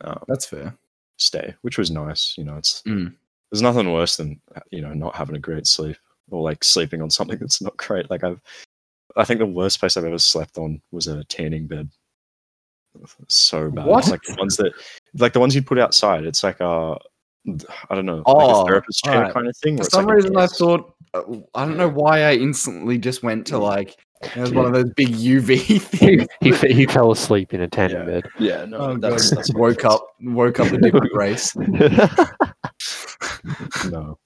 Speaker 3: um,
Speaker 2: That's fair.
Speaker 3: stay, which was nice. You know, it's
Speaker 2: Mm.
Speaker 3: there's nothing worse than you know not having a great sleep or like sleeping on something <laughs> that's not great. Like I've, I think the worst place I've ever slept on was a tanning bed. So bad. It's like the
Speaker 1: What?
Speaker 3: ones that, like the ones you put outside. It's like uh, I don't know, like
Speaker 2: Oh,
Speaker 3: a therapist chair
Speaker 2: alright.
Speaker 3: kind of thing.
Speaker 2: For
Speaker 3: where it's
Speaker 2: some
Speaker 3: like a
Speaker 2: reason, I
Speaker 3: desk.
Speaker 2: thought uh, I don't know why I instantly just went
Speaker 3: Mm.
Speaker 2: to like it was one of those big UV <laughs> things.
Speaker 1: <laughs>
Speaker 3: <laughs>
Speaker 1: he, he f- he fell asleep in a tanning
Speaker 3: Yeah.
Speaker 1: bed.
Speaker 3: Yeah, no,
Speaker 2: Oh,
Speaker 3: that's,
Speaker 2: God.
Speaker 3: that's my
Speaker 2: woke
Speaker 3: first-
Speaker 2: up, woke up a
Speaker 3: <laughs>
Speaker 2: different race.
Speaker 3: No,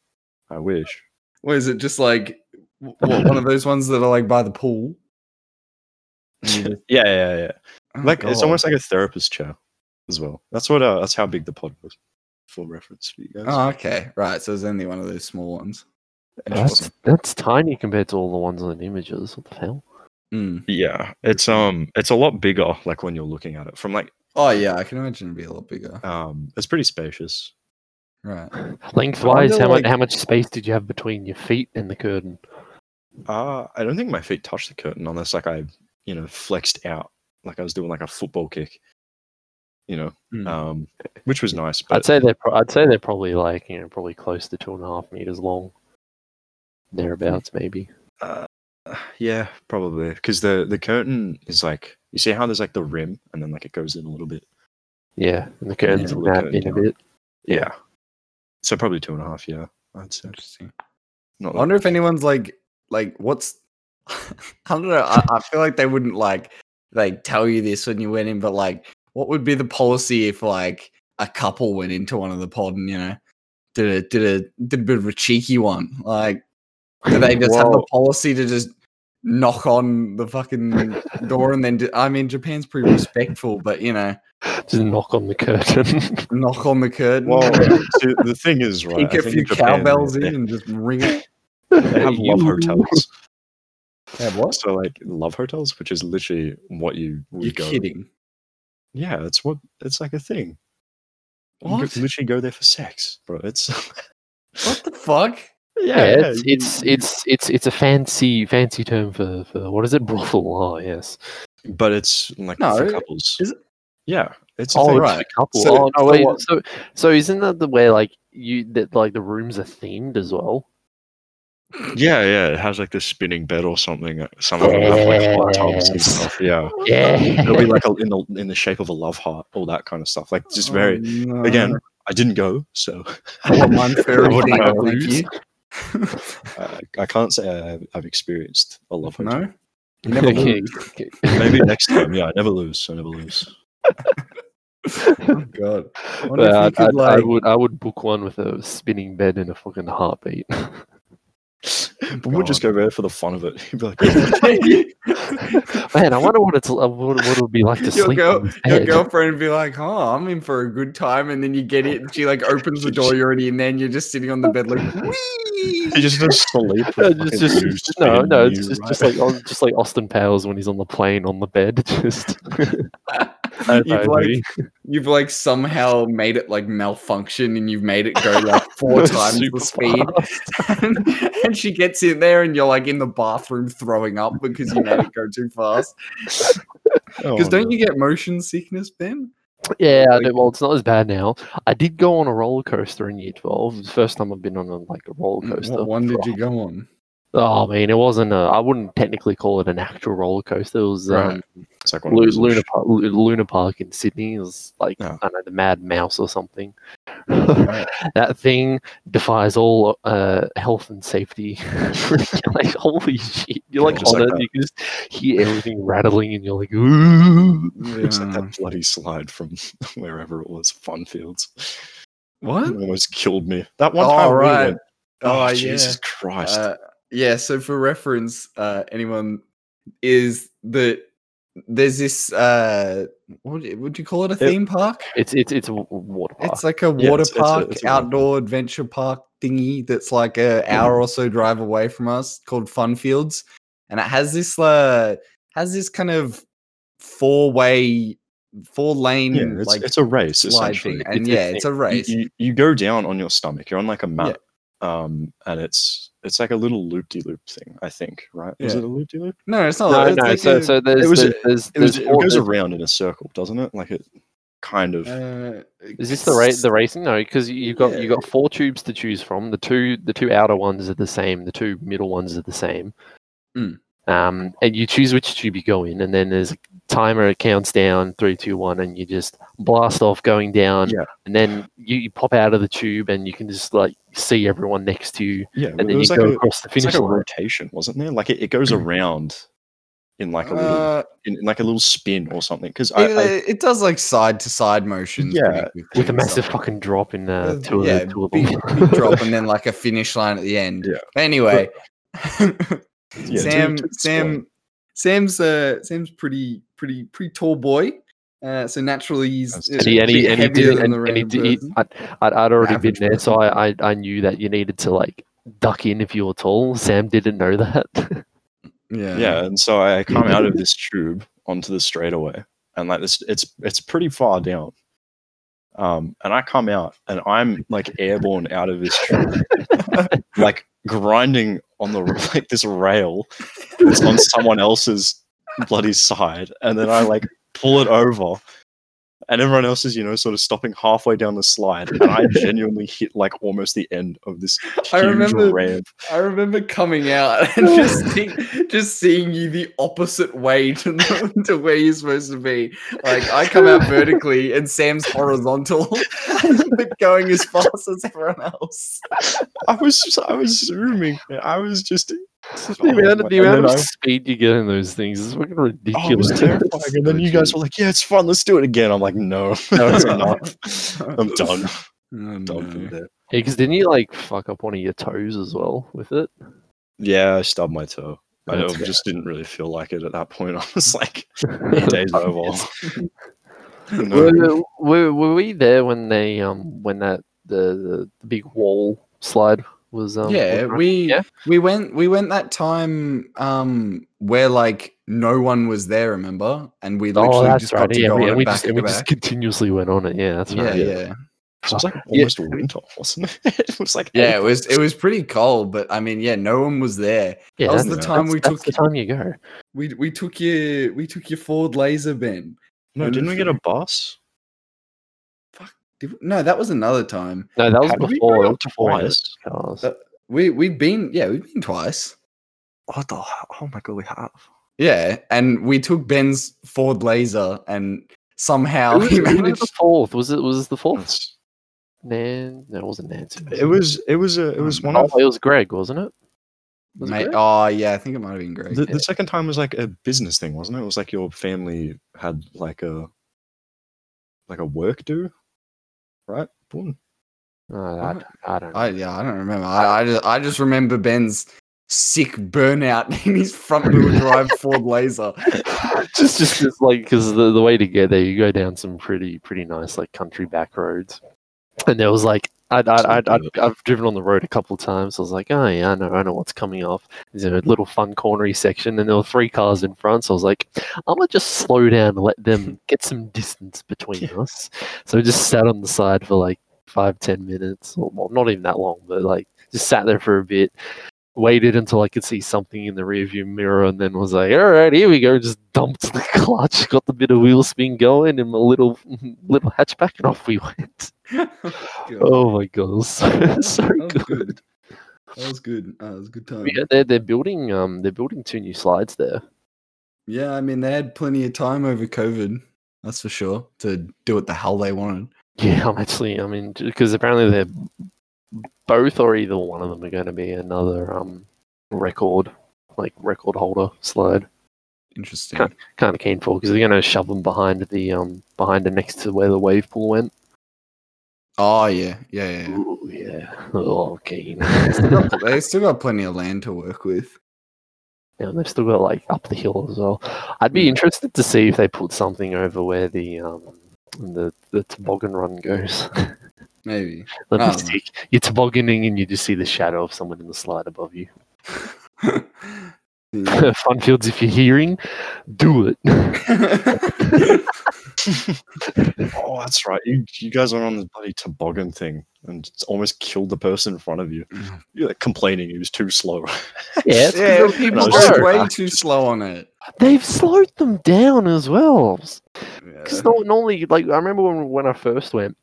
Speaker 2: <laughs>
Speaker 3: I wish.
Speaker 2: Or is it just like w- what,
Speaker 3: <laughs>
Speaker 2: one of those ones that are like by the pool? Mm.
Speaker 3: yeah, yeah, <laughs> yeah. yeah.
Speaker 2: Oh,
Speaker 3: like it's
Speaker 2: God.
Speaker 3: almost like a therapist chair as well. That's what. Uh, that's how big the pod was. For reference for you guys.
Speaker 2: Oh, okay, right. So it's only one of those small ones.
Speaker 1: that's that's tiny compared to all the ones on the images. What the hell?
Speaker 2: Mm.
Speaker 3: Yeah, it's um, it's a lot bigger. Like when you're looking at it from like
Speaker 2: Oh yeah, I can imagine it'd be a lot bigger.
Speaker 3: um, it's pretty spacious.
Speaker 2: Right.
Speaker 1: Lengthwise,
Speaker 2: wonder,
Speaker 1: how much
Speaker 2: like-
Speaker 1: how much space did you have between your feet and the curtain?
Speaker 3: Uh I don't think my feet touched the curtain unless like I, you know, flexed out like I was doing like a football kick. You know,
Speaker 2: Mm.
Speaker 3: um, which was nice.
Speaker 1: I'd
Speaker 3: But
Speaker 1: say they're pro- I'd say they're probably like you know probably close to two and a half meters long, thereabouts maybe.
Speaker 3: uh, yeah, probably because the the curtain is like you see how there's like the rim and then like it goes in a little bit.
Speaker 1: Yeah, and the curtains
Speaker 3: Yeah,
Speaker 1: in
Speaker 3: look
Speaker 1: that
Speaker 3: at it
Speaker 1: in a
Speaker 3: now.
Speaker 1: bit.
Speaker 3: Yeah, so probably two and a half. Yeah, I'd say
Speaker 2: Interesting.
Speaker 3: not.
Speaker 2: I
Speaker 3: Like,
Speaker 2: wonder if anyone's like, like, what's? <laughs> I don't know. I, I feel like they wouldn't like, like, tell you this when you went in, but like, what would be the policy if like a couple went into one of the pod and you know did a did a did a bit of a cheeky one? Like, do they just have a
Speaker 3: Well-
Speaker 2: policy to just knock on the fucking door and then? Do, I mean, Japan's pretty respectful, but you know,
Speaker 1: <laughs> Just knock on the curtain.
Speaker 2: <laughs> knock on the curtain. <laughs>
Speaker 3: well, <laughs>
Speaker 2: Well,
Speaker 3: see, the thing is, right?
Speaker 2: take
Speaker 3: I
Speaker 2: a
Speaker 3: think
Speaker 2: few
Speaker 3: in Japan, they-
Speaker 2: cowbells in
Speaker 3: they-
Speaker 2: and just ring it.
Speaker 3: They have love
Speaker 1: <laughs> You-
Speaker 3: hotels.
Speaker 2: Yeah, what?
Speaker 3: So like love hotels, which is literally what you would
Speaker 2: You're
Speaker 3: go.
Speaker 2: kidding.
Speaker 3: Yeah, it's what it's like a thing. You
Speaker 2: What?
Speaker 3: could literally go there for sex, bro. It's <laughs>
Speaker 2: What the fuck?
Speaker 1: Yeah, it's,
Speaker 3: you-
Speaker 1: it's it's it's it's a fancy fancy term for, for what is it <laughs> brothel? Oh yes,
Speaker 3: but it's like
Speaker 2: No,
Speaker 3: for couples.
Speaker 2: is it-
Speaker 3: Yeah, it's a
Speaker 1: oh
Speaker 3: thing.
Speaker 1: it's
Speaker 2: right.
Speaker 1: a couple.
Speaker 2: So-
Speaker 1: oh no,
Speaker 2: so
Speaker 1: wait,
Speaker 2: what-
Speaker 1: so so isn't that the way like you that like the rooms are themed as well?
Speaker 3: Yeah, yeah, it has like this spinning bed or something. uh, Some of them have like hot tubs and
Speaker 1: Yes.
Speaker 3: stuff. Yeah,
Speaker 1: Yeah,
Speaker 3: it'll be like a, in the in the shape of a love heart, all that kind of
Speaker 2: <laughs>
Speaker 3: stuff. Like just
Speaker 2: Oh,
Speaker 3: very. Again, I didn't go, so <laughs>
Speaker 2: one
Speaker 1: <laughs>
Speaker 2: fairy
Speaker 1: What
Speaker 2: thing,
Speaker 1: about
Speaker 2: thank
Speaker 1: these?
Speaker 2: you.
Speaker 3: I, I can't say I've, I've experienced a love hotel.
Speaker 2: no, you
Speaker 1: <laughs>
Speaker 2: never
Speaker 1: Okay.
Speaker 2: lose.
Speaker 3: Maybe next time. Yeah, I never lose. I never lose.
Speaker 2: Oh,
Speaker 1: <laughs>
Speaker 2: God, <laughs> I wonder
Speaker 1: Well, I'd-
Speaker 2: if you
Speaker 1: I'd-
Speaker 2: could
Speaker 1: I
Speaker 2: like.
Speaker 1: would I would book one with a spinning bed and a fucking heartbeat. <laughs>
Speaker 3: But we'll just go there for the fun of it. <laughs> You'd be like,
Speaker 2: <laughs>
Speaker 1: Man, I wonder what it's uh, what, what it would be <laughs> like to
Speaker 2: Your,
Speaker 1: sleep.
Speaker 2: girl,
Speaker 1: in
Speaker 2: your
Speaker 1: bed.
Speaker 2: girlfriend would be like, "Oh, I'm in for a good time," and then you get it, and she like opens the door you're already in, there, and you're just sitting on the bed like, "Wee!"
Speaker 3: you just just sleep. with
Speaker 1: <laughs> No,
Speaker 3: fucking
Speaker 1: just, just-
Speaker 3: loose
Speaker 1: just- no,
Speaker 3: skin
Speaker 1: no,
Speaker 3: in
Speaker 1: it's
Speaker 3: you,
Speaker 1: just,
Speaker 3: right?
Speaker 1: just like oh, just like Austin Powers when he's on the plane on the bed. <laughs> Just
Speaker 3: <laughs>
Speaker 1: I
Speaker 2: You've
Speaker 1: know,
Speaker 2: like
Speaker 1: maybe.
Speaker 2: you've like somehow made it like malfunction, and you've made it go like
Speaker 1: <laughs>
Speaker 2: four times the
Speaker 1: Super
Speaker 2: speed.
Speaker 1: fast.
Speaker 2: and, <laughs> and she gets in there and you're like in the bathroom throwing up because you made it go too fast. Because
Speaker 3: Oh,
Speaker 2: don't
Speaker 3: no.
Speaker 2: you get motion sickness, Ben?
Speaker 1: Yeah, I
Speaker 2: Like-
Speaker 1: know, well, it's not as bad now. I did go on a roller coaster in Year Twelve. It's the first time I've been on a, like a roller coaster.
Speaker 2: What one
Speaker 1: for
Speaker 2: did
Speaker 1: a
Speaker 2: you go on?
Speaker 3: <laughs>
Speaker 1: Oh man, it wasn't. A, I wouldn't technically call it an actual roller coaster. It was
Speaker 2: Right.
Speaker 1: um,
Speaker 3: It's like one
Speaker 1: Lu-
Speaker 3: of those
Speaker 1: Luna
Speaker 3: little
Speaker 1: Park, Luna Park in Sydney. It was like
Speaker 3: Yeah.
Speaker 1: I don't know the Mad Mouse or
Speaker 3: <laughs>
Speaker 1: something. that thing defies all uh, health and safety. <laughs> like holy shit! You're
Speaker 3: Yeah,
Speaker 1: like
Speaker 3: just
Speaker 1: on
Speaker 3: like
Speaker 1: it.
Speaker 3: that.
Speaker 1: You can just hear everything rattling, and you're like, ooh.
Speaker 3: Except
Speaker 2: Yeah.
Speaker 3: that bloody slide from <laughs> wherever it was, Funfields.
Speaker 2: What?
Speaker 3: It almost killed me. That one
Speaker 2: Oh,
Speaker 3: time. we
Speaker 2: right.
Speaker 3: went- Oh,
Speaker 2: yeah.
Speaker 3: Jesus Christ.
Speaker 2: Uh, yeah. So for reference, uh, anyone is that there's this uh, what do- would you call it? A theme park?
Speaker 1: It's it's it's a w- water park.
Speaker 2: It's like a
Speaker 3: Yeah,
Speaker 2: water
Speaker 3: it's- it's a-
Speaker 2: park,
Speaker 3: it's a water
Speaker 2: outdoor adventure park thingy that's like an hour or so drive away from us called Funfields. And it has this uh has this kind of four way four lane
Speaker 3: yeah, it's,
Speaker 2: mm, like
Speaker 3: it's a race,
Speaker 2: slide thing.
Speaker 3: essentially.
Speaker 2: And yeah, it's a
Speaker 3: you-
Speaker 2: race.
Speaker 3: You, you go down on your stomach. You're on like a mat, um, and it's it's like a little loop de loop thing. I think, right? Is
Speaker 2: Yeah.
Speaker 3: it a loop de loop?
Speaker 2: No, it's not
Speaker 1: no,
Speaker 2: it's
Speaker 1: no.
Speaker 2: like
Speaker 1: so
Speaker 2: a-
Speaker 1: so there's
Speaker 3: was a-
Speaker 1: there's, there's,
Speaker 3: It, was,
Speaker 1: there's
Speaker 3: it
Speaker 1: four-
Speaker 3: goes
Speaker 1: there's-
Speaker 3: around in a circle, doesn't it? Like it kind of.
Speaker 2: uh,
Speaker 1: Is this the ra- the racing? No, because you've got
Speaker 3: Yeah.
Speaker 1: you've got four tubes to choose from. The two the two outer ones are the same. The two middle ones are the same.
Speaker 3: Hmm.
Speaker 2: Mm.
Speaker 1: Um, and you choose which tube you go in, and then there's a timer. It counts down three, two, one, and you just blast off going down.
Speaker 3: Yeah.
Speaker 1: And then you, you pop out of the tube, and you can just like see everyone next to you,
Speaker 3: yeah,
Speaker 1: and
Speaker 3: it
Speaker 1: then you
Speaker 3: was like
Speaker 1: go
Speaker 3: a,
Speaker 1: across the
Speaker 3: it's like
Speaker 1: finish
Speaker 3: a
Speaker 1: line.
Speaker 3: rotation, wasn't there? Like it, it goes around in like a little
Speaker 2: uh,
Speaker 3: in, in like a little spin or something. Because I, I
Speaker 2: it, it does like side to side motions.
Speaker 3: Yeah,
Speaker 2: pretty quickly
Speaker 1: With a
Speaker 2: and
Speaker 1: massive
Speaker 2: stuff.
Speaker 1: fucking drop in
Speaker 2: Uh,
Speaker 1: uh, two,
Speaker 2: yeah,
Speaker 1: of the, two of them.
Speaker 2: big, big
Speaker 3: <laughs>
Speaker 2: drop and then like a finish line at the end.
Speaker 3: Yeah.
Speaker 2: Anyway, <laughs>
Speaker 3: yeah, to-
Speaker 2: Sam,
Speaker 3: to explain.
Speaker 2: Sam, Sam's uh, Sam's pretty, pretty, pretty tall boy. Uh, so naturally he's
Speaker 3: That's
Speaker 2: uh,
Speaker 3: true.
Speaker 1: And he, and he,
Speaker 2: bit
Speaker 1: and he
Speaker 2: heavier
Speaker 1: did,
Speaker 2: than
Speaker 1: and,
Speaker 2: the
Speaker 1: and he
Speaker 2: random
Speaker 1: did, he,
Speaker 2: person.
Speaker 1: I'd, I'd, I'd already been
Speaker 2: average
Speaker 1: there, so I, I, I knew that you needed to like duck in if you were tall. Sam didn't know that. <laughs>
Speaker 2: yeah,
Speaker 3: yeah and so i come out of <laughs> this tube onto the straightaway and like this it's it's pretty far down um and i come out and i'm like airborne out of this <laughs> tube like grinding on the <laughs> like this rail that's on someone else's bloody side and then i like pull it over and everyone else is you know sort of stopping halfway down the slide
Speaker 2: <laughs>
Speaker 3: and i genuinely hit like almost the end of this huge
Speaker 2: I remember-
Speaker 3: ramp
Speaker 2: I remember coming out <laughs> and just see, just seeing you the opposite way to, the, <laughs> to where you're supposed to be. Like I come out vertically and Sam's horizontal, <laughs> but going as fast as everyone else.
Speaker 3: I was just, I was zooming. man. I was just
Speaker 1: the amount, of, the
Speaker 3: And
Speaker 1: amount
Speaker 3: then
Speaker 1: of
Speaker 3: I-
Speaker 1: speed you get in those things is fucking
Speaker 3: oh, it was
Speaker 1: ridiculous.
Speaker 3: terrifying. And then
Speaker 1: <laughs>
Speaker 3: you guys were like, "Yeah, it's fun. Let's do it again." I'm like, "No, <laughs> that's enough. <laughs> I'm done.
Speaker 2: <laughs> Oh,
Speaker 3: done from there."
Speaker 1: because didn't you like fuck up one of your toes as well with it?
Speaker 3: Yeah, I stubbed my toe. I
Speaker 1: That's
Speaker 3: don't-
Speaker 1: fair.
Speaker 3: just didn't really feel like it at that point. <laughs> I was like,
Speaker 1: <laughs>
Speaker 3: "Day's over." no.
Speaker 1: Were, were, were we there when they um when that the, the big wall slide was um
Speaker 2: yeah,
Speaker 1: was-
Speaker 2: we
Speaker 1: yeah?
Speaker 2: we went we went that time um where like no one was there, remember? And we
Speaker 1: oh
Speaker 2: literally
Speaker 1: that's
Speaker 2: just got
Speaker 1: right
Speaker 2: to
Speaker 1: yeah
Speaker 2: go
Speaker 1: we,
Speaker 2: on
Speaker 1: and
Speaker 2: it
Speaker 1: we
Speaker 2: back
Speaker 1: just
Speaker 2: to
Speaker 1: and we
Speaker 2: back.
Speaker 1: just continuously went on it yeah that's
Speaker 2: yeah,
Speaker 1: right
Speaker 2: yeah.
Speaker 3: 'Cause it was like almost winter, wasn't it? <laughs> It was like
Speaker 2: Yeah, it was it was pretty cold, but I mean, yeah, no one was there.
Speaker 1: yeah
Speaker 2: That was
Speaker 1: that's-
Speaker 2: the time
Speaker 1: that's-
Speaker 2: we
Speaker 1: that's
Speaker 2: took
Speaker 1: the time you go
Speaker 2: We we took your we took your Ford Laser, Ben.
Speaker 3: no, didn't we get a bus?
Speaker 2: Did we- no, that was another time.
Speaker 1: No, that was
Speaker 3: Had we
Speaker 1: before.
Speaker 3: gone
Speaker 1: That was before I
Speaker 3: twice?
Speaker 1: got cars.
Speaker 2: That- We we've been yeah we've been twice.
Speaker 3: What the? Oh my god, we have.
Speaker 2: Yeah, and we took Ben's Ford Laser, and
Speaker 1: Who
Speaker 2: somehow
Speaker 1: was-
Speaker 2: <laughs> he
Speaker 1: who was
Speaker 2: managed.
Speaker 1: the fourth. Was it? Was it the fourth?
Speaker 3: It's-
Speaker 1: Nan? No, it wasn't Nancy.
Speaker 3: It was. It was a. It was one
Speaker 1: Oh,
Speaker 3: of
Speaker 1: it was Greg, wasn't it? Was it
Speaker 2: Mate,
Speaker 1: Greg?
Speaker 2: oh yeah, I think it might have been Greg.
Speaker 3: The, the second time was like a business thing, wasn't it? It was like your family had like a like a work do, right? Boom.
Speaker 1: No, I,
Speaker 2: what?
Speaker 1: I don't know.
Speaker 2: I yeah, I don't remember. I, I just I just remember Ben's sick burnout <laughs> in his front wheel drive Ford <laughs> Laser.
Speaker 1: <laughs> just, just, just like because the, the way to get there, you go down some pretty, pretty nice like country back roads, and there was like. I'd, I'd,
Speaker 3: Sort
Speaker 1: I'd,
Speaker 3: of
Speaker 1: I'd, I've driven on the road a couple of times. I was like, oh yeah, I know, I know what's coming off. There's a little fun cornery section, and there were three cars in front. So I was like, I'm gonna just slow down and let them get some distance between us. So I just sat on the side for like five, ten minutes, or well, not even that long, but like just sat there for a bit, waited until I could see something in the rearview mirror, and then was like, all right, here we go. Just dumped <laughs> the clutch, got the bit of wheel spin going in my little <laughs> little hatchback, and off we went. Oh my god, it was so, <laughs> so good.
Speaker 2: That was Oh, good. That was good. That was a good time.
Speaker 1: Yeah, they're, they're building um they're building two new slides there.
Speaker 2: Yeah, I mean they had plenty of time over COVID, that's for sure, to do what the hell they wanted.
Speaker 1: Yeah, I'm actually. I mean, because apparently they're both or either one of them are going to be another um record, like record holder slide.
Speaker 2: Interesting.
Speaker 1: Cut. Kind of keen for because they're going to shove them behind the um behind the next to where the wave pool went.
Speaker 2: Oh yeah, yeah, yeah. yeah.
Speaker 1: Ooh, yeah. Oh, keen.
Speaker 2: Still got- they still got plenty of land to work with.
Speaker 1: Yeah, and they've still got like up the hill as well. I'd be
Speaker 2: Mm.
Speaker 1: interested to see if they put something over where the um the the toboggan run goes. <laughs>
Speaker 2: Maybe. <laughs>
Speaker 1: That'd be
Speaker 2: Oh.
Speaker 1: sick. You're tobogganing and you just see the shadow of someone in the slide above you. <laughs>
Speaker 2: Yeah.
Speaker 1: Fun fields, if you're hearing, do it. <laughs>
Speaker 3: Oh, that's right. You, you guys went on this bloody toboggan thing and it's almost killed the person in front of you. You're like, complaining he was too slow. <laughs>
Speaker 1: yeah,
Speaker 2: <laughs> yeah, people
Speaker 1: people
Speaker 3: No, it's
Speaker 2: are
Speaker 3: slow.
Speaker 2: way too slow
Speaker 1: <laughs>
Speaker 2: on it.
Speaker 1: They've slowed them down as well. Because
Speaker 2: Yeah.
Speaker 1: normally, like I remember when when I first went,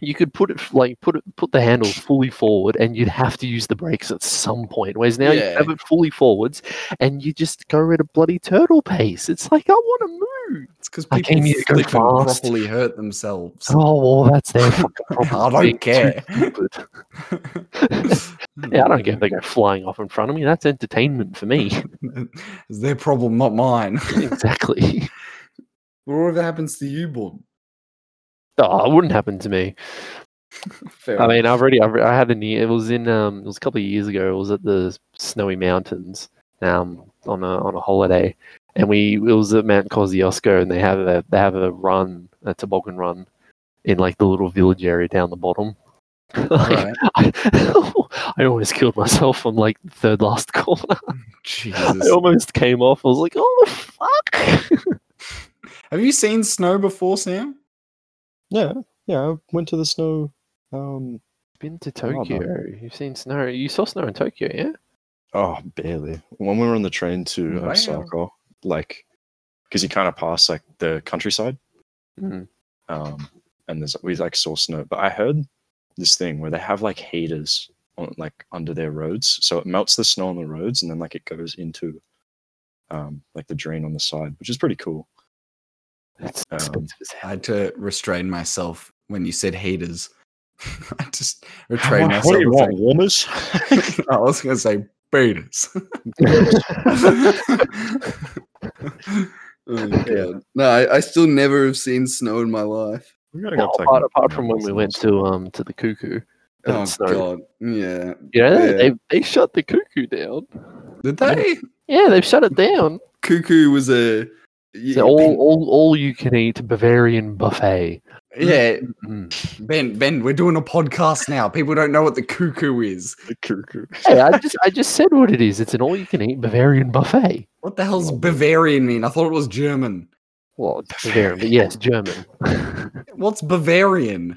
Speaker 1: you could put it f- like put it put the handle fully forward, and you'd have to use the brakes at some point. Whereas now you
Speaker 2: Yeah.
Speaker 1: have it fully forwards, and you just go at a bloody turtle pace. It's like I want to move.
Speaker 2: It's because
Speaker 1: I
Speaker 2: people
Speaker 1: came here to go
Speaker 2: flip and
Speaker 1: fast.
Speaker 2: properly hurt themselves.
Speaker 1: Oh well, that's <laughs> their fucking problem.
Speaker 2: <laughs> I
Speaker 1: Being
Speaker 2: don't
Speaker 1: too
Speaker 2: care.
Speaker 1: stupid. <laughs> yeah, I don't care if they go flying off in front of me. That's entertainment for me.
Speaker 2: <laughs>
Speaker 1: <laughs>
Speaker 2: It's their problem, not mine. <laughs>
Speaker 1: exactly.
Speaker 2: Whatever happens to you, Bob.
Speaker 1: Oh, it wouldn't happen to me.
Speaker 2: <laughs> Fair
Speaker 1: I mean, I've already, I've, I had a knee. It was in, um, it was a couple of years ago. It was at the Snowy Mountains, um, on a on a holiday, and we it was at Mount Kosciuszko, and they have a they have a run, a toboggan run, in like the little village area down the bottom. Like, <laughs>
Speaker 2: Right.
Speaker 1: I, I almost killed myself on like the third last <laughs> corner. I
Speaker 2: Jesus.
Speaker 1: almost came off. I was like, oh fuck!
Speaker 2: Have you seen snow before, Sam?
Speaker 3: yeah, yeah. I went to the snow. Um,
Speaker 1: Been to
Speaker 3: Oh, no.
Speaker 1: Tokyo. You've seen snow. You saw snow in Tokyo, yeah?
Speaker 3: oh, barely. When we were on the train to
Speaker 2: Wow.
Speaker 3: Osaka, like, because you kind of pass like the countryside.
Speaker 1: Mm.
Speaker 3: um, and there's we like saw snow. But I heard this thing where they have like haters on like under their roads, so it melts the snow on the roads, and then like it goes into um, like the drain on the side, which is pretty cool.
Speaker 1: That's
Speaker 3: Um,
Speaker 1: expensive as
Speaker 2: I
Speaker 1: hell.
Speaker 2: had to restrain myself when you said haters. <laughs> I just restrained myself.
Speaker 3: What- what do you
Speaker 2: and
Speaker 3: want, warmers? <laughs>
Speaker 2: said- <laughs> I was going to say <laughs>
Speaker 1: <laughs>
Speaker 2: beaters. <laughs> Oh, No, I, I still never have seen snow in my life.
Speaker 3: we gotta
Speaker 1: Well,
Speaker 3: go play
Speaker 1: apart,
Speaker 3: Mountain
Speaker 1: apart from when
Speaker 3: Mountains
Speaker 1: we went
Speaker 3: and
Speaker 1: to um to the cuckoo, But
Speaker 2: Oh
Speaker 1: it's snow.
Speaker 2: god, yeah.
Speaker 1: yeah,
Speaker 2: Yeah.
Speaker 1: They, they shut the cuckoo down.
Speaker 2: Did they?
Speaker 1: Yeah, they've shut it down.
Speaker 2: Cuckoo was a
Speaker 1: It's an all all all you can eat Bavarian buffet.
Speaker 2: yeah.
Speaker 1: Mm.
Speaker 2: Ben, Ben, we're doing a podcast now. People don't know what the cuckoo is.
Speaker 3: the cuckoo.
Speaker 1: hey, I just I just said what it is. It's an all you can eat Bavarian buffet.
Speaker 2: What the hell's Bavarian mean? I thought it was German.
Speaker 1: Well, it's Bavarian, but yes, German. <laughs>
Speaker 2: What's Bavarian?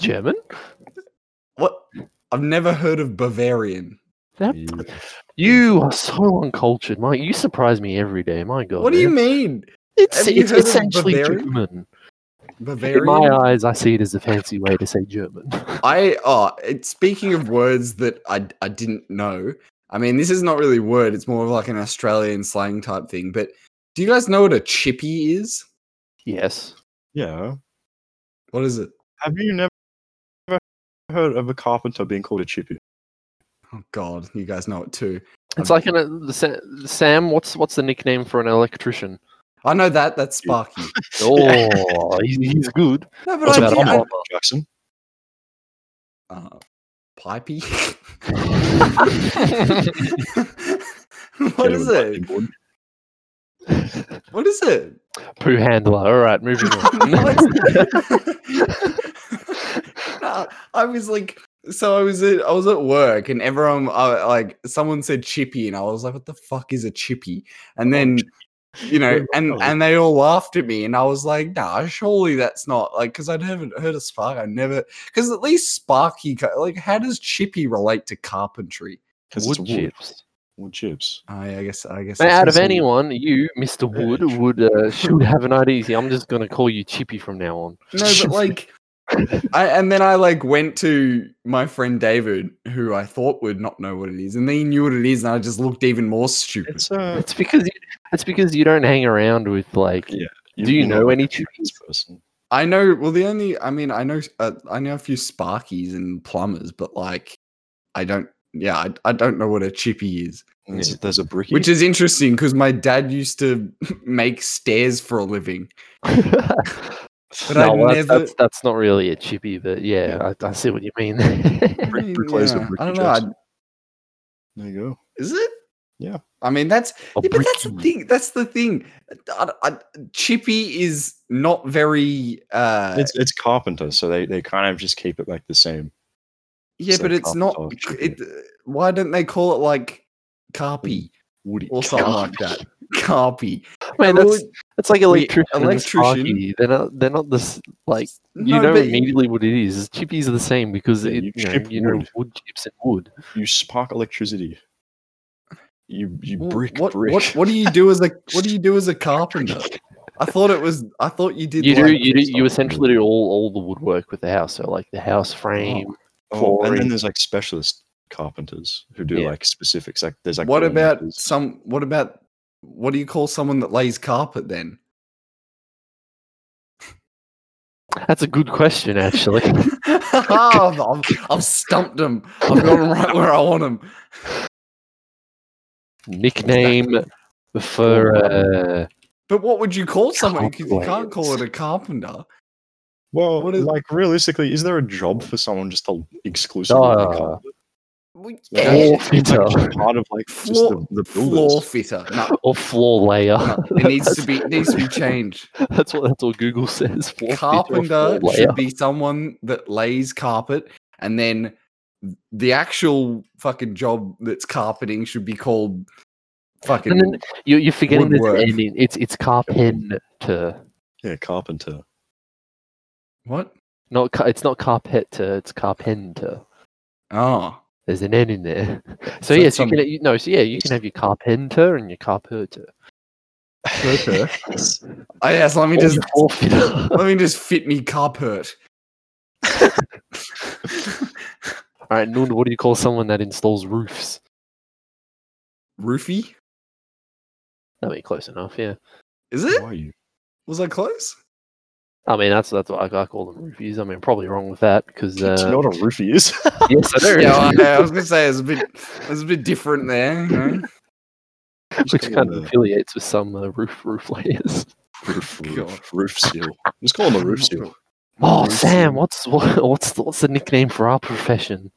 Speaker 1: German?
Speaker 2: What? I've never heard of Bavarian.
Speaker 1: That-
Speaker 3: Yeah.
Speaker 1: you are so uncultured, Mike. You surprise me every day. My God,
Speaker 2: what do you
Speaker 1: man.
Speaker 2: mean?
Speaker 1: It's
Speaker 2: Have you
Speaker 1: it's
Speaker 2: heard of
Speaker 1: essentially
Speaker 2: Bavarian?
Speaker 1: German.
Speaker 2: Bavarian?
Speaker 1: In my uh, eyes, I see it as a fancy way to say German. <laughs>
Speaker 2: I oh, it, speaking of words that I I didn't know. I mean, this is not really a word. It's more of like an Australian slang type thing. But do you guys know what a chippy is?
Speaker 1: yes.
Speaker 3: <laughs> yeah.
Speaker 2: What is it?
Speaker 3: Have you never never heard of a carpenter being called a chippy?
Speaker 2: Oh God, you guys know it too.
Speaker 1: It's
Speaker 2: Um,
Speaker 1: like an, uh, the Sa- Sam. What's what's the nickname for an electrician?
Speaker 2: I know that. That's
Speaker 3: <laughs>
Speaker 2: Sparky.
Speaker 1: <laughs> Oh, he's, he's good.
Speaker 2: no, but
Speaker 1: What's
Speaker 2: I,
Speaker 1: about
Speaker 2: did, I,
Speaker 1: Omar?
Speaker 3: Jackson.
Speaker 2: uh, pipey. what <laughs>
Speaker 3: Get
Speaker 2: Uh,
Speaker 3: him
Speaker 2: is
Speaker 3: a
Speaker 2: it?
Speaker 3: lightning board.
Speaker 2: What is it?
Speaker 1: Poo handler. All right, moving <laughs> on.
Speaker 2: Nah, I was like, so I was at I was at work and everyone I, like someone said chippy and I was like, what the fuck is a chippy? And then you know, and and they all laughed at me and I was like, nah, surely that's not like because I never heard of Spark. I never because at least Sparky ca- like how does chippy relate to carpentry?
Speaker 3: 'Cause it's
Speaker 1: Wood
Speaker 3: wood.
Speaker 1: chips.
Speaker 3: Wood chips.
Speaker 2: I, I guess I guess
Speaker 1: Man,
Speaker 2: that's
Speaker 1: out of
Speaker 2: also-
Speaker 1: anyone, you, Mister
Speaker 3: Yeah,
Speaker 1: Wood,
Speaker 3: true.
Speaker 1: would uh, should have an idea. I'm just gonna call you Chippy from now on.
Speaker 2: No,
Speaker 3: <laughs>
Speaker 2: but like, I and then I like went to my friend David, who I thought would not know what it is, and then he knew what it is, and I just looked even more stupid.
Speaker 3: It's uh,
Speaker 1: It's because you, it's because you don't hang around with like.
Speaker 3: Yeah.
Speaker 1: Do you
Speaker 3: you're not
Speaker 1: know
Speaker 3: like
Speaker 1: any
Speaker 3: a Japanese
Speaker 1: chippies?
Speaker 3: person?
Speaker 2: I know. Well, the only I mean, I know uh, I know a few Sparkies and plumbers, but like, I don't. Yeah, I, I don't know what a chippy is.
Speaker 3: There's, there's a bricky.
Speaker 2: Which is interesting because my dad used to <laughs> make stairs for a living.
Speaker 1: <laughs>
Speaker 2: but I
Speaker 1: well, that's,
Speaker 2: never-
Speaker 1: that's, that's not really a chippy, but yeah, I, I see what you mean.
Speaker 3: Brick- bricklayers are
Speaker 2: Yeah,
Speaker 3: bricky
Speaker 2: I don't know. I-
Speaker 3: jobs. there you go.
Speaker 2: Is it?
Speaker 3: Yeah.
Speaker 2: I mean, that's
Speaker 1: A
Speaker 2: yeah, but
Speaker 1: <laughs>
Speaker 2: that's the
Speaker 1: bricky.
Speaker 2: thing. That's the thing. I- I- Chippy is not very. uh
Speaker 3: It's it's carpenter, so they, they kind of just keep it like the same.
Speaker 2: Yeah,
Speaker 3: so
Speaker 2: but it's not.
Speaker 3: carpenter chippy.
Speaker 2: It, why don't they call it like
Speaker 1: <laughs>
Speaker 2: carpy
Speaker 3: Woody
Speaker 2: or something like that? Carpy.
Speaker 1: Man,
Speaker 2: Well,
Speaker 1: that's, that's like electrician. and
Speaker 2: electrician-
Speaker 1: sparky. They're not. They're not this like you
Speaker 2: no,
Speaker 1: know
Speaker 2: but-
Speaker 1: immediately what it is. Chippies are the same because
Speaker 3: Yeah,
Speaker 1: it,
Speaker 3: you
Speaker 1: you, know,
Speaker 3: chip
Speaker 1: you know
Speaker 3: wood.
Speaker 1: wood chips and wood.
Speaker 3: You spark electricity. You you
Speaker 2: Well,
Speaker 3: brick
Speaker 2: what,
Speaker 3: brick.
Speaker 2: What, what do you do as a What do you do
Speaker 1: <laughs>
Speaker 2: as a carpenter? I thought it was. I thought you did.
Speaker 1: You do.
Speaker 2: like-
Speaker 1: You do. You essentially do all all the woodwork with the house. So like the house frame.
Speaker 3: Oh, and
Speaker 1: flooring.
Speaker 3: then there's like specialist carpenters who do
Speaker 1: Yeah.
Speaker 3: like specifics. Like there's like
Speaker 2: what about
Speaker 3: doorknockers.
Speaker 2: some? What about what do you call someone that lays carpet? Then
Speaker 1: That's a good question,
Speaker 2: <laughs>
Speaker 1: actually.
Speaker 2: I've, I've, I've stumped him. I've got him right where I want him.
Speaker 1: Nickname for uh,
Speaker 2: But what would you call someone? Because you can't
Speaker 1: Carpet.
Speaker 2: call it a carpenter.
Speaker 3: Well,
Speaker 2: What is-
Speaker 3: like realistically, is there a job for someone just to exclusively
Speaker 1: Ah,
Speaker 3: be carpenter?
Speaker 2: Well,
Speaker 3: Like,
Speaker 2: yeah,
Speaker 1: floor
Speaker 3: it's like
Speaker 1: fitter
Speaker 3: just part of like just the,
Speaker 2: Floor-
Speaker 3: the
Speaker 2: floor
Speaker 3: builders.
Speaker 2: fitter. No,
Speaker 1: or floor layer. <laughs>
Speaker 2: no, it needs to be it needs to be changed.
Speaker 1: That's what that's what Google says. Floor fitter or
Speaker 2: carpenter
Speaker 1: floor layer.
Speaker 2: should be someone that lays carpet and then the actual fucking job that's carpeting should be called fucking
Speaker 1: And then you, you're forgetting this
Speaker 2: Woodwork.
Speaker 1: ending. It's it's carpenter,
Speaker 3: Yeah, carpenter.
Speaker 2: what
Speaker 1: not ca- it's not carpenter. It's carpenter.
Speaker 2: oh
Speaker 1: There's an N in there. <laughs> So,
Speaker 2: So
Speaker 1: yes,
Speaker 2: it's
Speaker 1: you
Speaker 2: some-
Speaker 1: can you, no. So yeah, you can have your carpenter and your carpenter. <laughs>
Speaker 2: carpenter oh <laughs> yes let me just
Speaker 1: Or your floor fitter.
Speaker 2: let me just fit me carpet
Speaker 1: All right, Noon. What do you call someone that installs roofs?
Speaker 2: roofie
Speaker 1: That'd be close enough. Yeah.
Speaker 2: is
Speaker 3: Who
Speaker 2: it
Speaker 3: are you?
Speaker 2: was i close
Speaker 1: I mean, that's that's what I, I call them roofies. I mean, probably wrong with that because <laughs> uh,
Speaker 3: Do you know what a roofie is?
Speaker 1: yes, I do.
Speaker 2: yeah I, I
Speaker 1: <laughs>
Speaker 2: was gonna say it's a bit it's a bit different there you know?
Speaker 1: which
Speaker 3: Just
Speaker 1: kind
Speaker 3: call
Speaker 1: of
Speaker 3: it
Speaker 1: affiliates with some uh, roof roof layers.
Speaker 3: a <laughs> roof, roof,
Speaker 2: God.
Speaker 3: roof seal. Just call them a roof seal.
Speaker 1: Oh,
Speaker 2: Roof
Speaker 1: Sam,
Speaker 2: seal.
Speaker 1: what's <laughs> what, what's the- what's the nickname for our profession?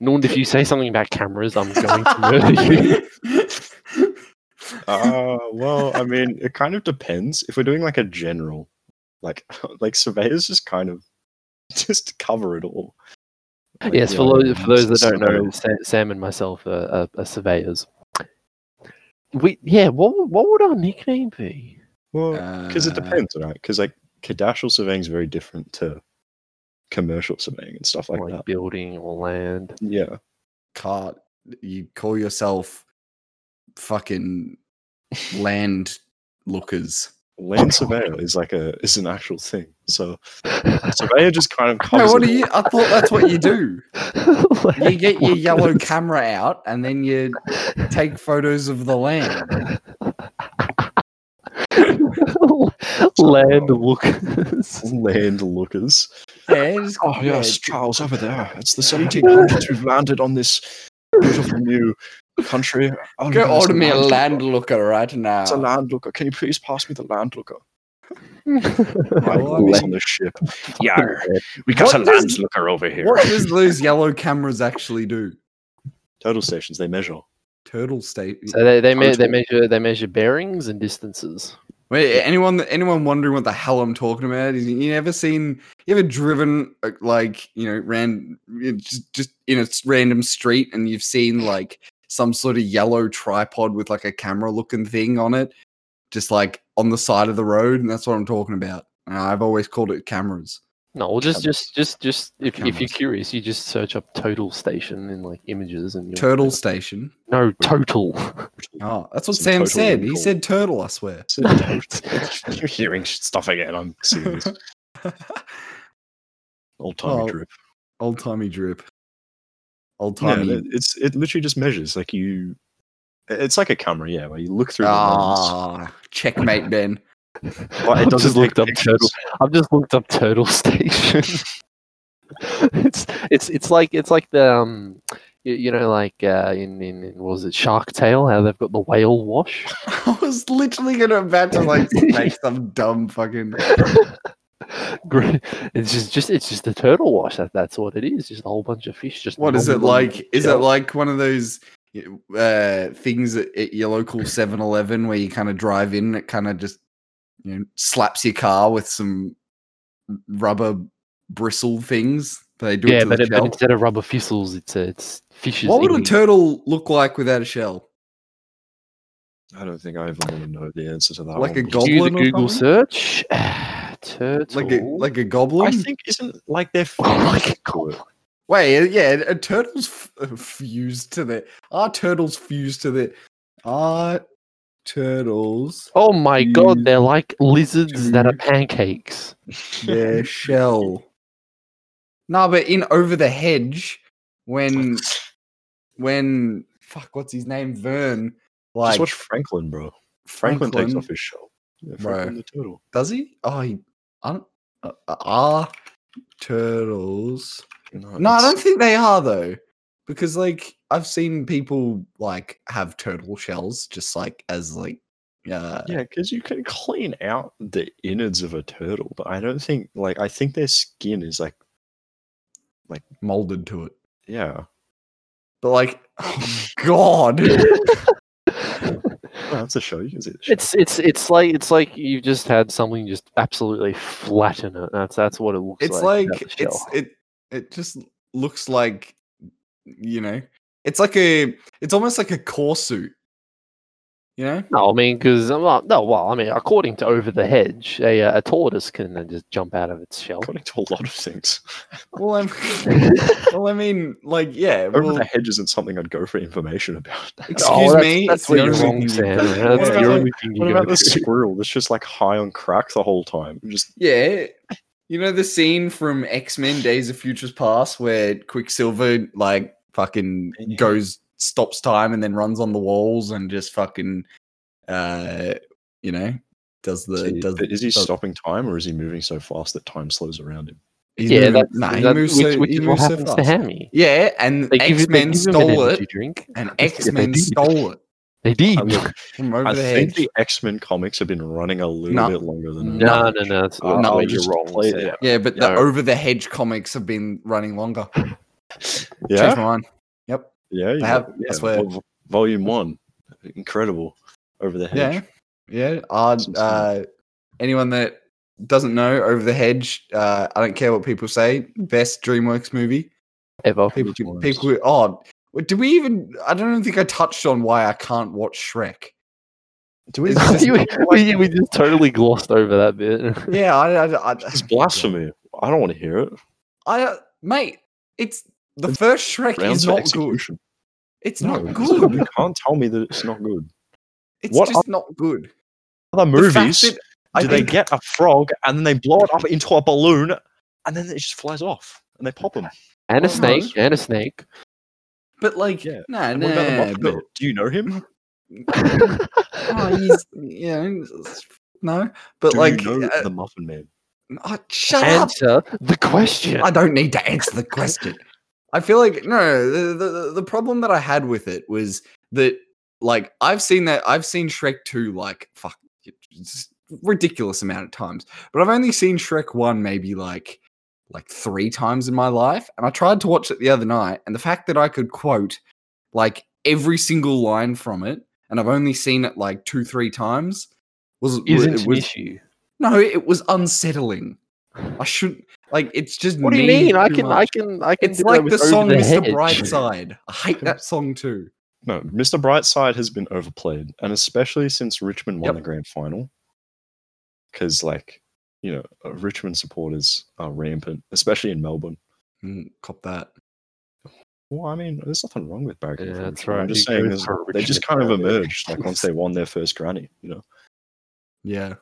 Speaker 1: Nund, if you say something about cameras, I'm <laughs> going to
Speaker 3: <laughs>
Speaker 1: murder you.
Speaker 3: <laughs>
Speaker 2: <laughs>
Speaker 3: Uh, well, I mean, it kind of depends. If we're doing like a general, like <laughs> like surveyors, just kind of <laughs> just cover it all. Like,
Speaker 1: yes,
Speaker 3: you
Speaker 1: for,
Speaker 3: know,
Speaker 1: those, for those that don't know,
Speaker 3: surveyor.
Speaker 1: Sa- Sam and myself are, are, are surveyors. We yeah, what would- what would our nickname be?
Speaker 3: well, because it
Speaker 2: Uh,
Speaker 3: depends, right? Because like cadastral surveying is very different to commercial surveying and stuff like,
Speaker 1: Like,
Speaker 3: that.
Speaker 1: building or land. <laughs>
Speaker 3: Yeah,
Speaker 2: cart you call yourself fucking land lookers
Speaker 3: land surveyor is like a is an actual thing. So surveyor just kind of
Speaker 2: no
Speaker 3: covers.
Speaker 2: what
Speaker 3: it
Speaker 2: do you i thought that's what you
Speaker 1: <laughs>
Speaker 2: do you
Speaker 1: Land
Speaker 2: get your yellow
Speaker 1: workers.
Speaker 2: camera out and then you take photos of the land
Speaker 1: land lookers.
Speaker 3: all. land lookers.
Speaker 2: yeah, just-
Speaker 3: Oh
Speaker 2: yeah,
Speaker 3: yes, Charles, over there. It's the 1700s. We've landed on this beautiful new country. Oh,
Speaker 2: go
Speaker 3: there's
Speaker 2: order me a
Speaker 3: landlooker.
Speaker 2: land looker right now
Speaker 3: It's a landlooker. Can you please pass me the landlooker?
Speaker 2: I
Speaker 3: Like,
Speaker 2: mean-
Speaker 3: always on the ship. <laughs>
Speaker 1: Yarr.
Speaker 3: we
Speaker 2: got What a does-
Speaker 3: landlooker over here.
Speaker 2: what does those yellow cameras actually do
Speaker 3: Total stations. They measure.
Speaker 2: turtle state
Speaker 1: <laughs> So they they, me- they
Speaker 3: Total.
Speaker 1: measure they measure bearings and distances.
Speaker 2: Wait, anyone anyone wondering what the hell I'm talking about? Is you ever seen you ever driven uh, like you know ran you know, just just in a s- random street and you've seen like some sort of yellow tripod with like a camera looking thing on it, just like on the side of the road, and that's what I'm talking about. And I've always called it cameras.
Speaker 1: No, well, just
Speaker 3: Cameras.
Speaker 1: just just just if, if you're
Speaker 2: Cameras.
Speaker 1: curious, you just search up total station in like images and you'll-
Speaker 2: Turtle station.
Speaker 1: No,
Speaker 2: <laughs>
Speaker 1: total.
Speaker 3: <laughs>
Speaker 2: Oh, that's what
Speaker 3: Some
Speaker 2: Sam
Speaker 3: total
Speaker 2: said. He
Speaker 3: recall.
Speaker 2: said turtle. I swear. <laughs>
Speaker 3: You're hearing stuff again. I'm <laughs> serious. Old timey
Speaker 2: Oh,
Speaker 3: drip.
Speaker 2: Old timey drip. Old
Speaker 3: No,
Speaker 2: timey.
Speaker 3: it- it's it literally just measures. Like you, it's like a camera. Yeah, where you look through. the lens.
Speaker 2: ah, checkmate, Ben.
Speaker 3: But it
Speaker 1: <laughs> I've
Speaker 3: doesn't
Speaker 1: just
Speaker 3: take
Speaker 1: looked up
Speaker 3: pictures.
Speaker 1: turtle. I've just looked up <laughs> turtle station. it's it's it's like it's like the um You, you know, like uh, in, in in what was it Shark Tale? How they've got the whale wash. <laughs>
Speaker 2: <laughs> I was literally gonna about to like make some dumb fucking.
Speaker 1: Gr- it's just just it's just the turtle wash. That, that's what it is. Just a whole bunch of fish. Just
Speaker 2: What is it
Speaker 1: nobbing on the
Speaker 2: like? Is it
Speaker 1: shell.
Speaker 2: like one of those uh, things at, at your local 7-Eleven where you kind of drive in? and It kind of just you know slaps your car with some rubber bristle things. They do
Speaker 1: Yeah,
Speaker 2: it to
Speaker 1: but,
Speaker 2: the
Speaker 1: it- but
Speaker 2: shell.
Speaker 1: instead of rubber fistles, it's uh, it's fishes.
Speaker 2: What would a
Speaker 1: in-
Speaker 2: turtle look like without a shell?
Speaker 3: I don't think I ever want to know the answer to that.
Speaker 2: Like a
Speaker 3: one.
Speaker 2: goblin?
Speaker 1: Do you the
Speaker 2: or
Speaker 1: Google
Speaker 2: something?
Speaker 1: search? <sighs> turtle.
Speaker 2: Like a
Speaker 1: <laughs>
Speaker 2: like a goblin?
Speaker 3: I think isn't <laughs> like they're
Speaker 1: Like a
Speaker 3: fused to it.
Speaker 2: Wait, uh, yeah, a turtle's f- uh, fused to the. Are turtles fused to the? Are
Speaker 3: <laughs>
Speaker 2: turtles
Speaker 1: Oh my god,
Speaker 2: Two,
Speaker 1: they're like lizards that are
Speaker 2: two.
Speaker 1: pancakes.
Speaker 2: their shell? No, but in Over the Hedge, when when fuck, what's his name? Vern. Like
Speaker 3: Just watch Franklin, bro. Franklin, takes off his shell. Yeah,
Speaker 2: Bro.
Speaker 3: Franklin the turtle.
Speaker 2: Does he? Oh, he. I don't, uh, uh, are turtles?
Speaker 3: No,
Speaker 2: No, I
Speaker 3: it's-
Speaker 2: don't think they are though, because like I've seen people like have turtle shells just like as like uh,
Speaker 3: Yeah, because you can clean out the innards of a turtle, but I don't think like I think their skin is like
Speaker 2: molded to it.
Speaker 3: yeah.
Speaker 2: But like, <laughs> oh God,
Speaker 3: Oh, that's a show. You can see the
Speaker 1: <laughs>
Speaker 3: show.
Speaker 1: It's it's it's like it's like you've just had something just absolutely flatten it. That's that's what it looks
Speaker 2: it's
Speaker 1: like.
Speaker 2: like
Speaker 1: without the
Speaker 2: it's
Speaker 1: shell.
Speaker 2: it it just looks like you know, it's like a it's almost like a core suit, you know.
Speaker 1: no, I mean because well, no, well, I mean according to Over the Hedge, a, uh, a tortoise can then just jump out of its <laughs> shell. Oh,
Speaker 3: according to a lot of things.
Speaker 2: Well, I'm <laughs> well, I mean, like, yeah.
Speaker 3: Over
Speaker 2: Well,
Speaker 3: the hedge isn't something I'd go for information about. <laughs>
Speaker 2: excuse
Speaker 1: Oh, that's,
Speaker 2: me,
Speaker 1: that's
Speaker 2: it's
Speaker 1: where
Speaker 2: the
Speaker 1: you're
Speaker 2: only
Speaker 1: wrong,
Speaker 2: thing
Speaker 1: Sam.
Speaker 2: <laughs> you-
Speaker 1: That's
Speaker 3: What
Speaker 1: the
Speaker 3: about-
Speaker 1: only thing
Speaker 3: What
Speaker 1: you
Speaker 3: about
Speaker 1: go
Speaker 3: the
Speaker 1: to.
Speaker 3: squirrel that's just like high on crack the whole time? Just
Speaker 2: Yeah. You know the scene from X Men Days of Futures Past where Quicksilver, like, fucking
Speaker 3: Yeah.
Speaker 2: goes, stops time and then runs on the walls and just fucking, uh, you know, does the.
Speaker 3: See,
Speaker 2: does,
Speaker 3: but is he
Speaker 2: does-
Speaker 3: stopping time or is he moving so fast that time slows around him?
Speaker 2: he's
Speaker 1: Yeah,
Speaker 2: moving-
Speaker 1: that's,
Speaker 2: nah, he
Speaker 1: that-
Speaker 2: moves
Speaker 1: which,
Speaker 2: so,
Speaker 1: which
Speaker 2: he
Speaker 1: is what
Speaker 2: moves so
Speaker 1: happens to
Speaker 2: fast.
Speaker 1: Hammy.
Speaker 2: Yeah, and
Speaker 1: They give,
Speaker 2: X
Speaker 1: it- they
Speaker 2: Men
Speaker 1: give him an
Speaker 2: stole
Speaker 1: energy
Speaker 2: it,
Speaker 1: Drink.
Speaker 2: and
Speaker 1: they
Speaker 2: X Men
Speaker 1: did.
Speaker 2: stole it
Speaker 1: They did.
Speaker 3: I mean,
Speaker 2: from over
Speaker 3: I
Speaker 2: the
Speaker 3: think
Speaker 2: hedge.
Speaker 3: the X Men comics have been running a little
Speaker 2: No.
Speaker 3: bit longer than
Speaker 1: No, no, no. That's,
Speaker 3: Oh,
Speaker 1: that's
Speaker 2: no,
Speaker 1: where you're
Speaker 3: just
Speaker 1: wrong.
Speaker 3: play it
Speaker 1: Sam.
Speaker 3: out.
Speaker 2: yeah, but the
Speaker 1: No.
Speaker 2: over the hedge comics have been running longer. Change
Speaker 3: Yeah,
Speaker 2: my mind. Yep.
Speaker 3: yeah, you-
Speaker 2: have-
Speaker 3: yeah.
Speaker 2: I swear.
Speaker 3: Vol- Volume one, incredible, over the hedge.
Speaker 2: Yeah. Yeah. Uh,
Speaker 3: Some stuff.
Speaker 2: uh, anyone that doesn't know, Over the Hedge, uh, I don't care what people say, best DreamWorks movie.
Speaker 1: Ever. <laughs>
Speaker 2: People,
Speaker 3: Which
Speaker 2: can-
Speaker 3: ones?
Speaker 2: people, oh, wait, do we even? I don't even think I touched on why I can't watch Shrek.
Speaker 3: Do we?
Speaker 2: It's just-
Speaker 1: we, we, we just totally glossed over that bit. <laughs>
Speaker 2: Yeah. I, I, I,
Speaker 3: It's blasphemy. I don't want to hear it.
Speaker 2: I, uh, mate, it's the first Shrek
Speaker 3: Rounds
Speaker 2: is
Speaker 3: for
Speaker 2: not good.
Speaker 3: execution.
Speaker 2: It's
Speaker 3: No,
Speaker 2: not
Speaker 3: it's not-
Speaker 2: good.
Speaker 3: You can't tell me that it's not good.
Speaker 2: It's
Speaker 3: What
Speaker 2: just not good.
Speaker 3: Other
Speaker 2: The fact
Speaker 3: movies,
Speaker 2: that
Speaker 3: do
Speaker 2: I
Speaker 3: they
Speaker 2: think-
Speaker 3: get a frog and then they blow it up into a balloon and then it just flies off and they pop him?
Speaker 1: And a
Speaker 2: Well, no.
Speaker 1: snake. And a <laughs> snake.
Speaker 2: But like,
Speaker 3: Yeah,
Speaker 2: no,
Speaker 3: And what about the
Speaker 2: no,
Speaker 3: Muppet
Speaker 2: but
Speaker 3: Man? Do you know him?
Speaker 2: oh, he's, you know, <laughs> no, but
Speaker 3: Do
Speaker 2: like,
Speaker 3: you know
Speaker 2: uh,
Speaker 3: the Muffin Man?
Speaker 2: oh, shut up.
Speaker 1: Answer the question.
Speaker 2: I don't need to answer the question. I feel like no, the, the the problem that I had with it was that like I've seen that I've seen Shrek 2 like fuck just ridiculous amount of times. But I've only seen Shrek 1 maybe like like 3 times in my life and I tried to watch it the other night and the fact that I could quote like every single line from it and I've only seen it like 2 3 times was
Speaker 1: Isn't
Speaker 2: was,
Speaker 1: an
Speaker 2: was
Speaker 1: issue.
Speaker 2: no, it was unsettling. I shouldn't like it's just
Speaker 1: What do you
Speaker 2: mean
Speaker 1: mean? I
Speaker 2: too
Speaker 1: can, I
Speaker 2: much.
Speaker 1: can, I can.
Speaker 2: It's
Speaker 1: do that
Speaker 2: like
Speaker 1: with
Speaker 2: the
Speaker 1: Over
Speaker 2: song Mr.
Speaker 1: Hedge.
Speaker 2: Brightside. I hate that song too.
Speaker 3: No, Mr. Brightside has been overplayed, and especially since Richmond won
Speaker 2: Yep.
Speaker 3: the grand final. Because, like, you know, uh, Richmond supporters are rampant, especially in Melbourne.
Speaker 2: Mm, cop that.
Speaker 3: Well, I mean, there's nothing wrong with Barricade.
Speaker 1: Yeah,
Speaker 3: for
Speaker 1: that's
Speaker 3: Richmond.
Speaker 1: right.
Speaker 3: I'm
Speaker 1: You
Speaker 3: just
Speaker 1: go
Speaker 3: saying, there's-
Speaker 1: for
Speaker 3: they just
Speaker 1: Richmond
Speaker 3: kind of
Speaker 1: Barricade.
Speaker 3: emerged, like once they won their first granny. You know,
Speaker 2: Yeah.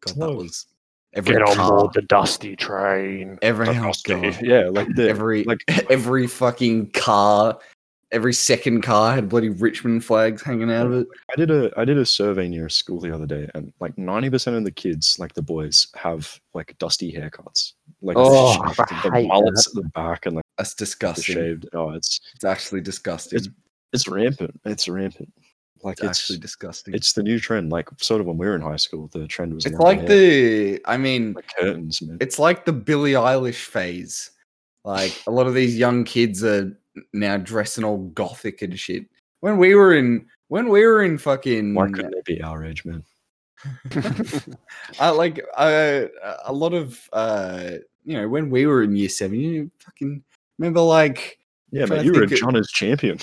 Speaker 2: God, that
Speaker 3: Whoa.
Speaker 2: was every
Speaker 1: Get on
Speaker 2: car,
Speaker 1: board the dusty train.
Speaker 2: every
Speaker 3: Like,
Speaker 2: oh God.
Speaker 3: <laughs> yeah, like the
Speaker 2: every
Speaker 3: like
Speaker 2: <laughs> every fucking car, every second car had bloody Richmond flags hanging out of it.
Speaker 3: I did a I did a survey near a school the other day, and like ninety percent of the kids, like the boys, have like dusty haircuts, like
Speaker 1: Oh,
Speaker 3: the,
Speaker 1: I
Speaker 3: the
Speaker 1: hate
Speaker 3: mullets at the back, and like
Speaker 2: That's
Speaker 3: the
Speaker 2: disgusting.
Speaker 3: shaved. Oh, it's
Speaker 2: It's actually disgusting. It's,
Speaker 3: it's rampant. It's rampant. Like it's
Speaker 2: actually disgusting. It's,
Speaker 3: it's the new trend. Like sort of when we were in high school, the trend was long
Speaker 2: like
Speaker 3: hair,
Speaker 2: the I mean
Speaker 3: like curtains, man.
Speaker 2: it's like the Billie Eilish phase. Like a lot of these young kids are now dressing all gothic and shit. When we were in when we were in fucking
Speaker 3: Why couldn't it be our age, man?
Speaker 1: <laughs>
Speaker 2: I like <laughs> uh, a lot of uh you know when we were in year 7 you fucking
Speaker 1: <laughs>
Speaker 2: remember like
Speaker 3: Yeah,
Speaker 2: Trying to
Speaker 3: man, you were a
Speaker 2: think it- <laughs>
Speaker 3: John's champion.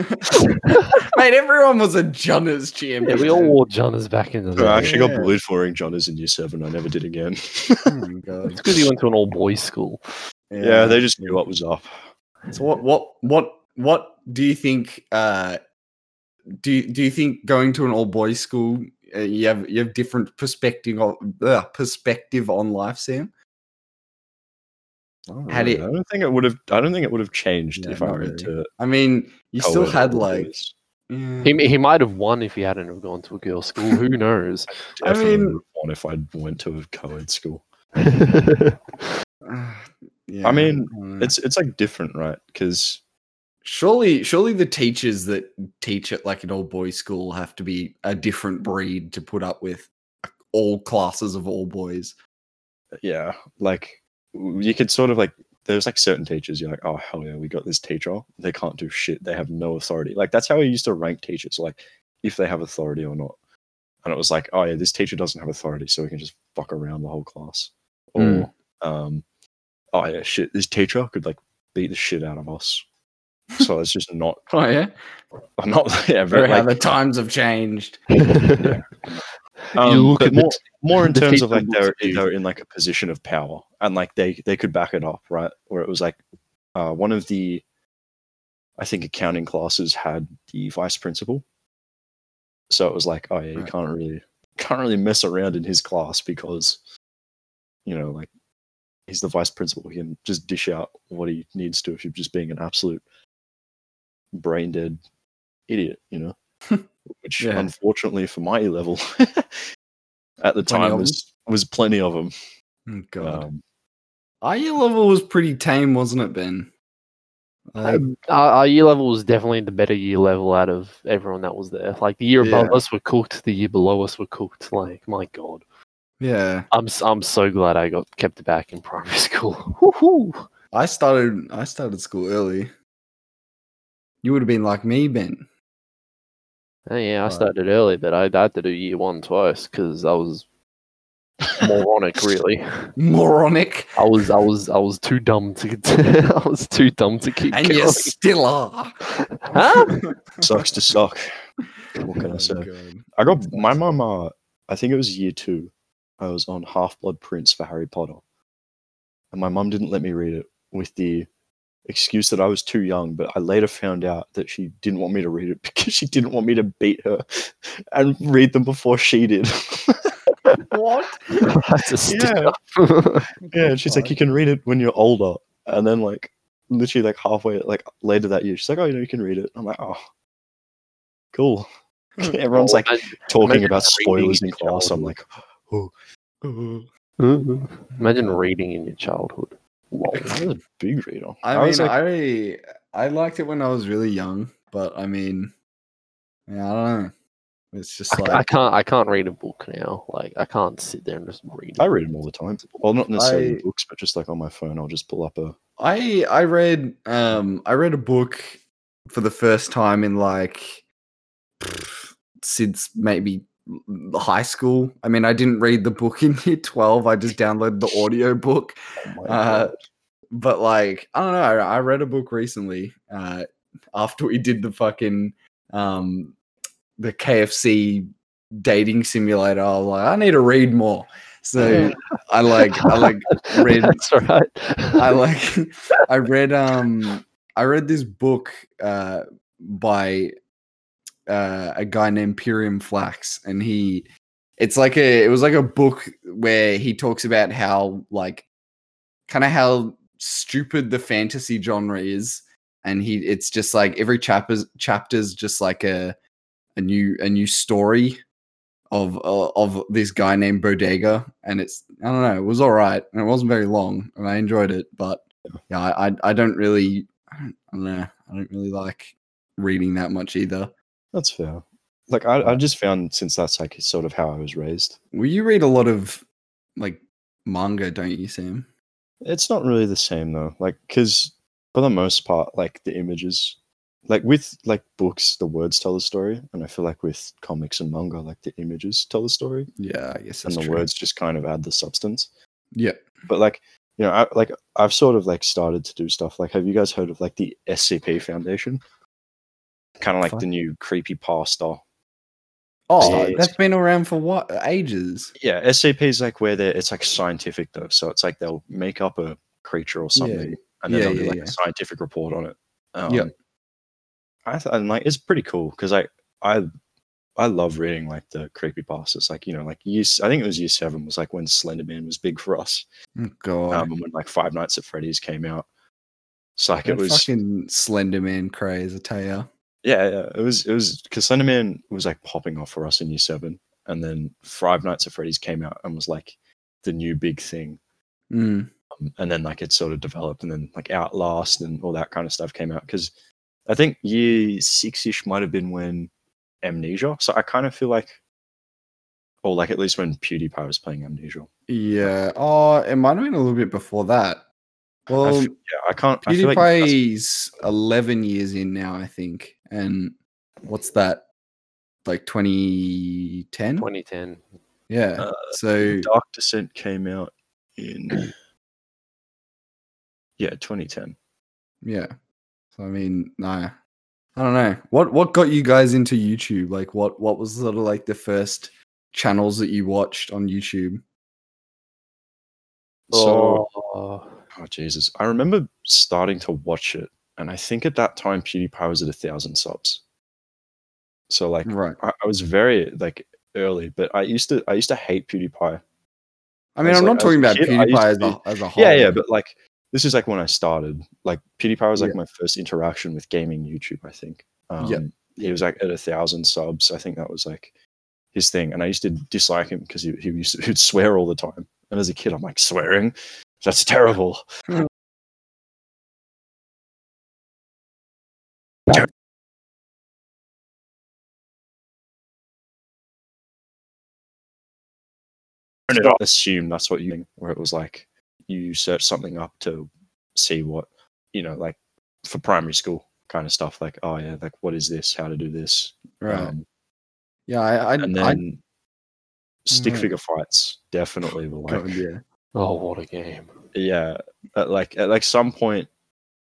Speaker 2: mate everyone was a Junners
Speaker 1: Yeah,
Speaker 2: champion.
Speaker 1: we all
Speaker 2: <laughs>
Speaker 1: wore John's back in the day.
Speaker 3: I actually
Speaker 2: Yeah.
Speaker 3: got bullied for wearing John's in year seven. I never did again.
Speaker 2: Oh my god.
Speaker 1: It's because you went to an all boys school.
Speaker 3: Yeah, they just knew what was up.
Speaker 2: So what what what what do you think uh do you, do you think going to an all boys school uh, you have you have different perspective on uh, perspective on life Sam?
Speaker 3: I don't,
Speaker 2: Had
Speaker 3: really-
Speaker 2: it-
Speaker 3: I don't think it would have. I don't think it would have changed
Speaker 2: Yeah,
Speaker 3: if I
Speaker 2: not
Speaker 3: went
Speaker 2: really.
Speaker 3: to.
Speaker 2: I mean, you still
Speaker 3: co-ed
Speaker 2: had
Speaker 3: or
Speaker 2: like
Speaker 3: Oh, boys.
Speaker 2: yeah.
Speaker 1: He, he might have won if he hadn't have gone to a girls' school. Who knows? <laughs>
Speaker 2: I
Speaker 3: Definitely
Speaker 2: mean-
Speaker 3: would've won if I went to a co-ed
Speaker 2: <laughs>
Speaker 3: school.
Speaker 2: uh, yeah,
Speaker 3: mean,
Speaker 2: don't know.
Speaker 3: It's it's like different, right? Because
Speaker 2: surely surely the teachers that teach at like an all boys school have to be a different breed to put up with all classes of all boys.
Speaker 3: yeah, like w- you could sort of like there's like certain teachers you're like, oh hell yeah, we got this teacher. They can't do shit. They have no authority. Like that's how we used to rank teachers, like if they have authority or not. And it was like, oh yeah, this teacher doesn't have authority, so we can just fuck around the whole class. Or
Speaker 1: Mm.
Speaker 3: um, oh yeah, shit, this teacher could like beat the shit out of us. So it's just not, <laughs>
Speaker 2: Oh yeah,
Speaker 3: not yeah,
Speaker 2: very
Speaker 3: very
Speaker 2: how the
Speaker 3: like,
Speaker 2: times have changed.
Speaker 3: um,
Speaker 1: you look
Speaker 3: but
Speaker 1: at
Speaker 3: more,
Speaker 1: the
Speaker 3: more in
Speaker 1: the
Speaker 3: terms
Speaker 1: teacher
Speaker 3: of like
Speaker 1: looks
Speaker 3: they're
Speaker 1: at you.
Speaker 3: they're in like a position of power and like they they could back it up right where it was like uh, one of the i think accounting classes had the vice principal so it was like oh yeah you
Speaker 2: Right.
Speaker 3: can't really can't really mess around in his class because you know like he's the vice principal he can just dish out what he needs to if you're just being an absolute brain dead idiot you know
Speaker 2: <laughs>
Speaker 3: which
Speaker 2: Yeah.
Speaker 3: unfortunately for my level <laughs> at the
Speaker 2: Plenty
Speaker 3: time
Speaker 2: of
Speaker 3: was was plenty of them.
Speaker 2: Oh, God,
Speaker 3: Um,
Speaker 2: our year E level was pretty tame, wasn't it, Ben? Like,
Speaker 1: our, our year level was definitely the better year level out of everyone that was there. Like the year above
Speaker 2: Yeah.
Speaker 1: us were cooked, the year below us were cooked. Like my god,
Speaker 2: yeah,
Speaker 1: I'm s- I'm so glad I got kept back in primary <laughs> school. Woohoo!
Speaker 2: I started I started school early. You would have been like me, Ben.
Speaker 1: Uh, yeah, I
Speaker 2: Right.
Speaker 1: started early, but I I had to do year one twice because I was
Speaker 3: <laughs>
Speaker 1: moronic. Really,
Speaker 2: Moronic,
Speaker 1: I was I was I was too dumb to <laughs> I was too dumb to keep
Speaker 2: and you
Speaker 1: going.
Speaker 2: still are.
Speaker 3: <laughs>
Speaker 1: Huh?
Speaker 3: sucks to
Speaker 2: <laughs>
Speaker 3: suck. What can I
Speaker 2: Oh,
Speaker 3: say?
Speaker 2: God.
Speaker 3: I got my mum. Uh, I think it was year two. I was on Half Blood Prince for Harry Potter, and my mum didn't let me read it with the excuse that I was too young. But I later found out that she didn't want me to read it <laughs> because she didn't want me to beat her and read them before she did. <laughs>
Speaker 2: What?
Speaker 1: That's a stick
Speaker 3: yeah,
Speaker 1: up. <laughs>
Speaker 3: yeah. And she's like, you can read it when you're older, and then like literally like halfway like later that year, she's like, oh, you know, you can read it. I'm like, oh, cool.
Speaker 2: Hmm.
Speaker 3: <laughs> Everyone's like talking
Speaker 1: Imagine
Speaker 3: about
Speaker 1: reading
Speaker 3: spoilers in
Speaker 1: each
Speaker 3: class. I'm
Speaker 1: other.
Speaker 3: like, oh, oh.
Speaker 1: Mhm. Imagine reading in your childhood. Wow.
Speaker 3: I was a big reader.
Speaker 2: I,
Speaker 3: I
Speaker 2: mean,
Speaker 3: was like,
Speaker 2: I I liked it when I was really young, but I mean, yeah, I don't know. It's just
Speaker 1: I, I
Speaker 2: like
Speaker 1: can't. I can't read a book now. Like I can't sit there and just read.
Speaker 3: I read them all the time. Well, not necessarily in
Speaker 2: I-
Speaker 3: books, but just like on my phone, I'll just pull up a.
Speaker 2: I I read um I read a book for the first time in like pff, since maybe l- high school. I mean, I didn't read the book in year 12. I just downloaded the audio book.
Speaker 3: oh my
Speaker 2: Uh,
Speaker 3: God.
Speaker 2: but like I don't know. I, I read a book recently uh, after we did the fucking um, the KFC dating simulator. I was like, I need to read more. So I like I like
Speaker 1: <laughs>
Speaker 2: read
Speaker 1: That's right. <laughs>
Speaker 2: I like <laughs> I read um I read this book uh by uh a guy named Pyrium Flax and he it's like a it was like a book where he talks about how like kind of how stupid the fantasy genre is and he it's just like every chapter's chapter's just like a a new a new story of uh, of this guy named Bodega, and it's I don't know, it was all right, and it wasn't very long, and I enjoyed it, but yeah, I, I, I don't really, I don't, I don't know, I don't really like reading that much either.
Speaker 3: That's fair. Like I, I just found since that's like sort of how I was raised.
Speaker 2: Well, you read a lot of like manga, don't you, Sam?
Speaker 3: It's not really the same though. Like because for the most part, like the images, like with like books, the words tell the story, and I feel like with comics and manga, like the images tell the story,
Speaker 2: Yeah, I guess
Speaker 3: and
Speaker 2: that's
Speaker 3: the
Speaker 2: true.
Speaker 3: words just kind of add the substance.
Speaker 2: Yeah,
Speaker 3: But like you know, I, like I've sort of like started to do stuff. Like, have you guys heard of like the SCP Foundation? Kind of like
Speaker 2: Fuck.
Speaker 3: the new creepy pasta
Speaker 2: Oh,
Speaker 3: Yeah.
Speaker 2: that's been around for what ages?
Speaker 3: yeah scp is like where they're it's like scientific though so it's like they'll make up a creature or something and
Speaker 2: Yeah,
Speaker 3: then they'll do
Speaker 2: yeah,
Speaker 3: like
Speaker 2: yeah.
Speaker 3: a scientific report on it um,
Speaker 2: Yeah.
Speaker 3: i th- and like it's pretty cool because like i i love reading like the creepy pastas like you know like year, s- i think it was year seven was like when slenderman was big for us
Speaker 2: Oh, God,
Speaker 3: um, and when like five nights at freddy's came out it's like
Speaker 2: that
Speaker 3: it was
Speaker 2: fucking Slender Man craze, I tell ya.
Speaker 3: yeah, yeah, it was it was because Slenderman was like popping off for us in year seven, and then Five Nights at Freddy's came out and was like the new big thing,
Speaker 2: Mm.
Speaker 3: um, and then like it sort of developed, and then like Outlast and all that kind of stuff came out because I think year six ish might have been when Amnesia. So I kind of feel like, or like at least when PewDiePie was playing Amnesia.
Speaker 2: Yeah. Oh, it might have been a little bit before that.
Speaker 3: I
Speaker 2: Well,
Speaker 3: f- yeah, I can't. I feel like that's-
Speaker 2: PewDiePie's 11 years in now, I think. And what's that? Like 2010?
Speaker 1: 2010.
Speaker 2: Yeah.
Speaker 3: Uh,
Speaker 2: so,
Speaker 3: Dark Descent came out in <clears throat> yeah 2010.
Speaker 2: yeah. So, I mean, nah. I don't know. What what got you guys into YouTube? Like what what was sort of like the first channels that you watched on YouTube?
Speaker 3: So
Speaker 1: oh,
Speaker 3: Oh Jesus! I remember starting to watch it, and I think at that time PewDiePie was at a thousand subs. So like,
Speaker 2: Right.
Speaker 3: I, I was very like early, but I used to I used to hate PewDiePie.
Speaker 2: I mean,
Speaker 3: was
Speaker 2: I'm
Speaker 3: like-
Speaker 2: not
Speaker 3: as
Speaker 2: talking
Speaker 3: a
Speaker 2: about
Speaker 3: kid, I used
Speaker 2: PewDiePie
Speaker 3: to
Speaker 2: as
Speaker 3: be-
Speaker 2: a, as a whole.
Speaker 3: Yeah, yeah, but like this is like when I started. Like PewDiePie was like my first interaction with gaming YouTube. I think. Um,
Speaker 2: Yeah.
Speaker 3: He was like at a thousand subs. I think that was like his thing, and I used to dislike him because he he used to, <laughs> he'd swear all the time. And as a kid, I'm like swearing, that's terrible.
Speaker 2: Hmm.
Speaker 3: turn it off. assume that's what you think, where it was like you search something up to see what you know like for primary school kind of stuff like oh yeah like what is this how to do this
Speaker 2: right.
Speaker 3: Um,
Speaker 2: yeah, I, I,
Speaker 3: and
Speaker 2: I Mm.
Speaker 3: then stick
Speaker 2: Right.
Speaker 3: figure fights definitely were like
Speaker 2: God, yeah. Mm.
Speaker 1: oh, what a game.
Speaker 3: <laughs> yeah at like at like some point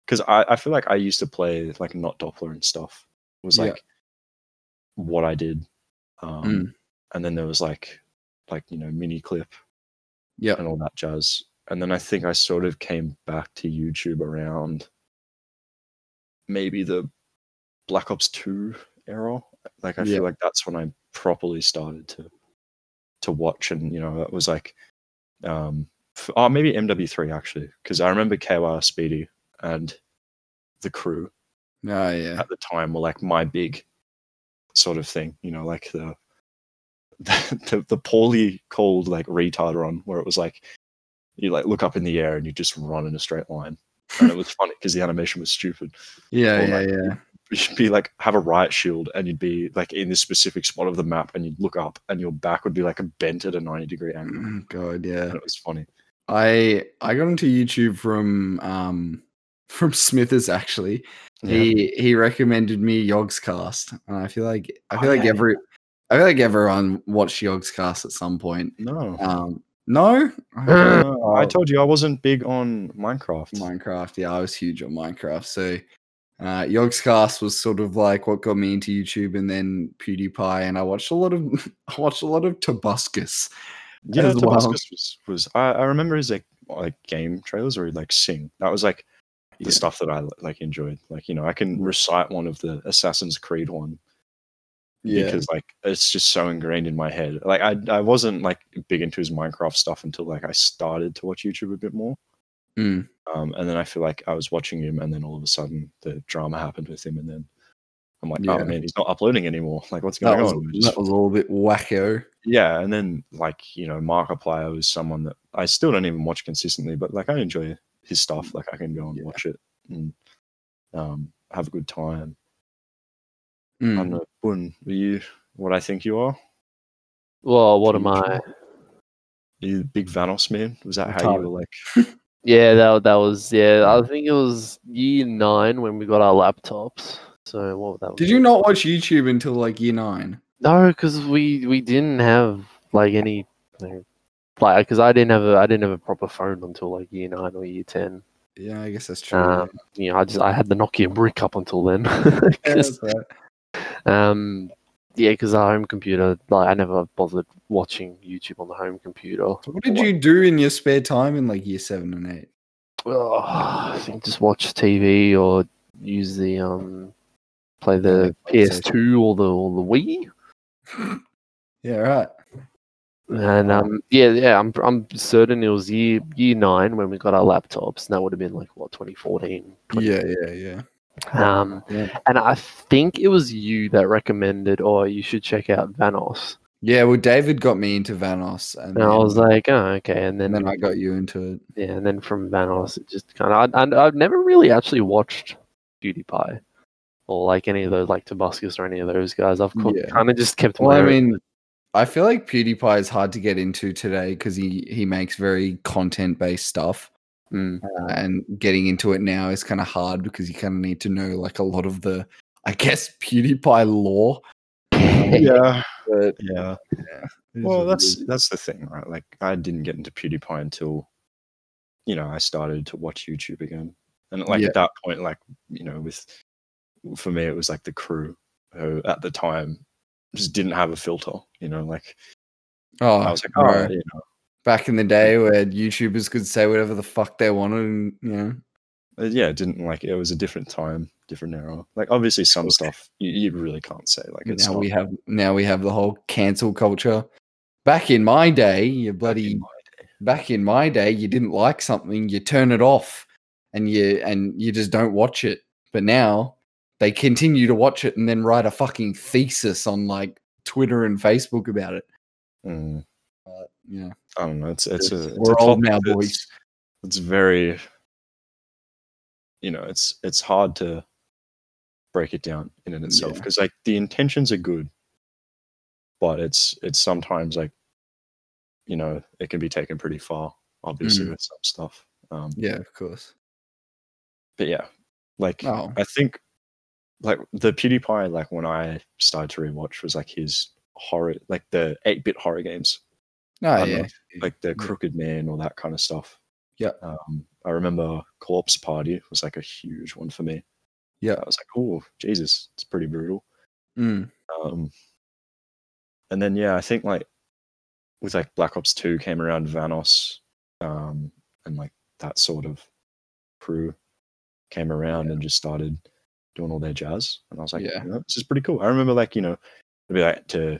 Speaker 3: because I, I feel like i used to play like not doppler and stuff was
Speaker 2: Yeah.
Speaker 3: like what i did um
Speaker 2: Mm.
Speaker 3: and then there was like like you know mini clip
Speaker 2: Yeah.
Speaker 3: and all that jazz. And then I think I sort of came back to YouTube around maybe the Black Ops 2 era. Like I
Speaker 2: Yeah.
Speaker 3: feel like that's when I properly started to to watch and you know, it was like um f- oh maybe MW3 actually, because I remember KYR Speedy and the crew
Speaker 2: Oh, yeah.
Speaker 3: at the time were like my big sort of thing, you know, like the <laughs> the, the, the poorly called like retard run where it was like you like look up in the air and you just run in a straight line. And it <laughs> was funny because the animation was stupid.
Speaker 2: Yeah,
Speaker 3: or
Speaker 2: yeah,
Speaker 3: like-
Speaker 2: yeah.
Speaker 3: You'd be like have a riot shield and you'd be like in this specific spot of the map and you'd look up and your back would be like bent at a 90 degree angle.
Speaker 2: Mm, God, yeah.
Speaker 3: And it was funny.
Speaker 2: I I got into YouTube from um <laughs> from Smithers actually.
Speaker 3: Yeah.
Speaker 2: He he recommended me Yogscast, and I feel like I
Speaker 3: Oh,
Speaker 2: feel like
Speaker 3: yeah, yeah.
Speaker 2: every I feel like everyone watched Yogscast at some point.
Speaker 3: No.
Speaker 2: Um, no,
Speaker 1: Uh,
Speaker 3: <laughs> No, I told you I wasn't big on Minecraft.
Speaker 2: Minecraft. Yeah, I was huge on Minecraft. So uh, Yogscast was sort of like what got me into YouTube, and then PewDiePie, and I watched a lot of <laughs> I watched a lot of Tobuscus.
Speaker 3: Yeah,
Speaker 2: as well.
Speaker 3: Tabascus was, was I, I remember his like like game trailers where he'd like sing. That was like the
Speaker 2: Yeah. Mm.
Speaker 3: stuff that I like enjoyed. Like you know, I can recite one of the Assassin's Creed one because like it's just so ingrained in my head. Like I I wasn't like big into his Minecraft stuff until like I started to watch YouTube a bit more.
Speaker 2: Mm.
Speaker 3: Um, and then I feel like I was watching him, and then all of a sudden the drama happened with him, and then I'm like,
Speaker 2: Yeah.
Speaker 3: oh man, he's not uploading anymore. Like what's
Speaker 2: that
Speaker 3: going
Speaker 2: was,
Speaker 3: on? We're just
Speaker 2: that was a little bit wacko.
Speaker 3: yeah, and then like you know, Markiplier was someone that I still don't even watch consistently, but like I enjoy his stuff. Like I can go and watch it and um, have a good time.
Speaker 2: Mm.
Speaker 3: I don't know, Bun, are you what I think you are?
Speaker 1: Well, what am I?
Speaker 3: Are you a big Vanos man? Was that how you
Speaker 2: Retarded.
Speaker 3: were like?
Speaker 1: Yeah, that that was yeah. I think it was year nine when we got our laptops. So what that was?
Speaker 2: Did you not watch YouTube until like year nine?
Speaker 1: No, because we we didn't have like any like because I didn't have a I didn't have a proper phone until like year nine or year ten.
Speaker 2: Yeah, I guess that's true.
Speaker 1: Um, You know, I just I had the Nokia brick up until then. <laughs>
Speaker 2: yeah,
Speaker 1: 'Cause,
Speaker 2: that's right.
Speaker 1: um, yeah, because our home computer, like I never bothered watching YouTube on the home computer.
Speaker 2: What did you do in your spare time in like year seven and eight?
Speaker 1: Well, I think just watch TV or use the um, play the
Speaker 2: Yeah,
Speaker 1: PS2 or the or the Wii.
Speaker 2: Yeah, right.
Speaker 1: And um, yeah, yeah, I'm I'm certain it was year year nine when we got our laptops, and that would have been like what 2014. 20
Speaker 2: Yeah, yeah, yeah.
Speaker 1: Um,
Speaker 2: Yeah.
Speaker 1: and I think it was you that recommended, oh, you should check out Vanos.
Speaker 2: Yeah, well, David got me into Vanos, and,
Speaker 1: And I was like, oh, okay. And then,
Speaker 2: and then I got you into it.
Speaker 1: yeah, and then from Vanos, it just kind of. I, I, I've never really actually watched Beauty Pie, or like any of those, like Tobuscus or any of those guys. I've
Speaker 2: Yeah.
Speaker 1: kind of just kept.
Speaker 2: Well,
Speaker 1: my
Speaker 2: I
Speaker 1: own-
Speaker 2: mean, I feel like PewDiePie is hard to get into today because he he makes very content based stuff,
Speaker 1: Mm.
Speaker 2: uh, and getting into it now is kind of hard because you kind of need to know like a lot of the, I guess, PewDiePie lore.
Speaker 1: <laughs>
Speaker 3: Yeah,
Speaker 2: But
Speaker 3: yeah.
Speaker 2: it is what
Speaker 3: Well,
Speaker 2: it
Speaker 3: that's
Speaker 2: is.
Speaker 3: that's the thing, right? Like I didn't get into PewDiePie until you know I started to watch YouTube again, and like
Speaker 2: Yeah.
Speaker 3: at that point, like you know, with for me it was like the crew who at the time just didn't have a filter, you know, like
Speaker 2: oh,
Speaker 3: I was like,
Speaker 2: bro,
Speaker 3: all right, you know,
Speaker 2: back in the day where YouTubers could say whatever the fuck they wanted, and you know,
Speaker 3: Uh, yeah, it didn't like it was a different time, different era. Like obviously some stuff you, you really can't say. Like it's
Speaker 2: now
Speaker 3: not
Speaker 2: we have now we have the whole cancel culture. Back in my day, you bloody.
Speaker 3: in my day.
Speaker 2: back in my day you didn't like something you turn it off and you and you just don't watch it but now they continue to watch it and then write a fucking thesis on like twitter and facebook about it
Speaker 3: Mm,
Speaker 2: uh, yeah
Speaker 3: I don't know. It's it's a it's
Speaker 2: we're
Speaker 3: a
Speaker 2: old
Speaker 3: topic
Speaker 2: now
Speaker 3: that's-
Speaker 2: boys
Speaker 3: it's very you know it's it's hard to break it down in and itself
Speaker 2: Yeah.
Speaker 3: because like the intentions are good but it's it's sometimes like you know it can be taken pretty far obviously with some stuff um
Speaker 2: yeah of course
Speaker 3: but yeah like
Speaker 2: oh
Speaker 3: i think like the pewdiepie like when i started to rewatch was like his horror like the 8-bit horror games
Speaker 2: no
Speaker 3: I
Speaker 2: yeah
Speaker 3: know, like the
Speaker 2: Yeah.
Speaker 3: crooked man all that kind of stuff
Speaker 2: Yeah.
Speaker 3: um, i remember corpse party was like a huge one for me
Speaker 2: Yeah.
Speaker 3: i was like oh jesus it's pretty brutal
Speaker 2: Mm.
Speaker 3: um, and then yeah i think like with like black ops 2 came around vanos um, and like that sort of crew came around and just started doing all their jazz and i was like
Speaker 2: Yeah.
Speaker 3: yeah this is pretty cool i remember like you know I'd be like to,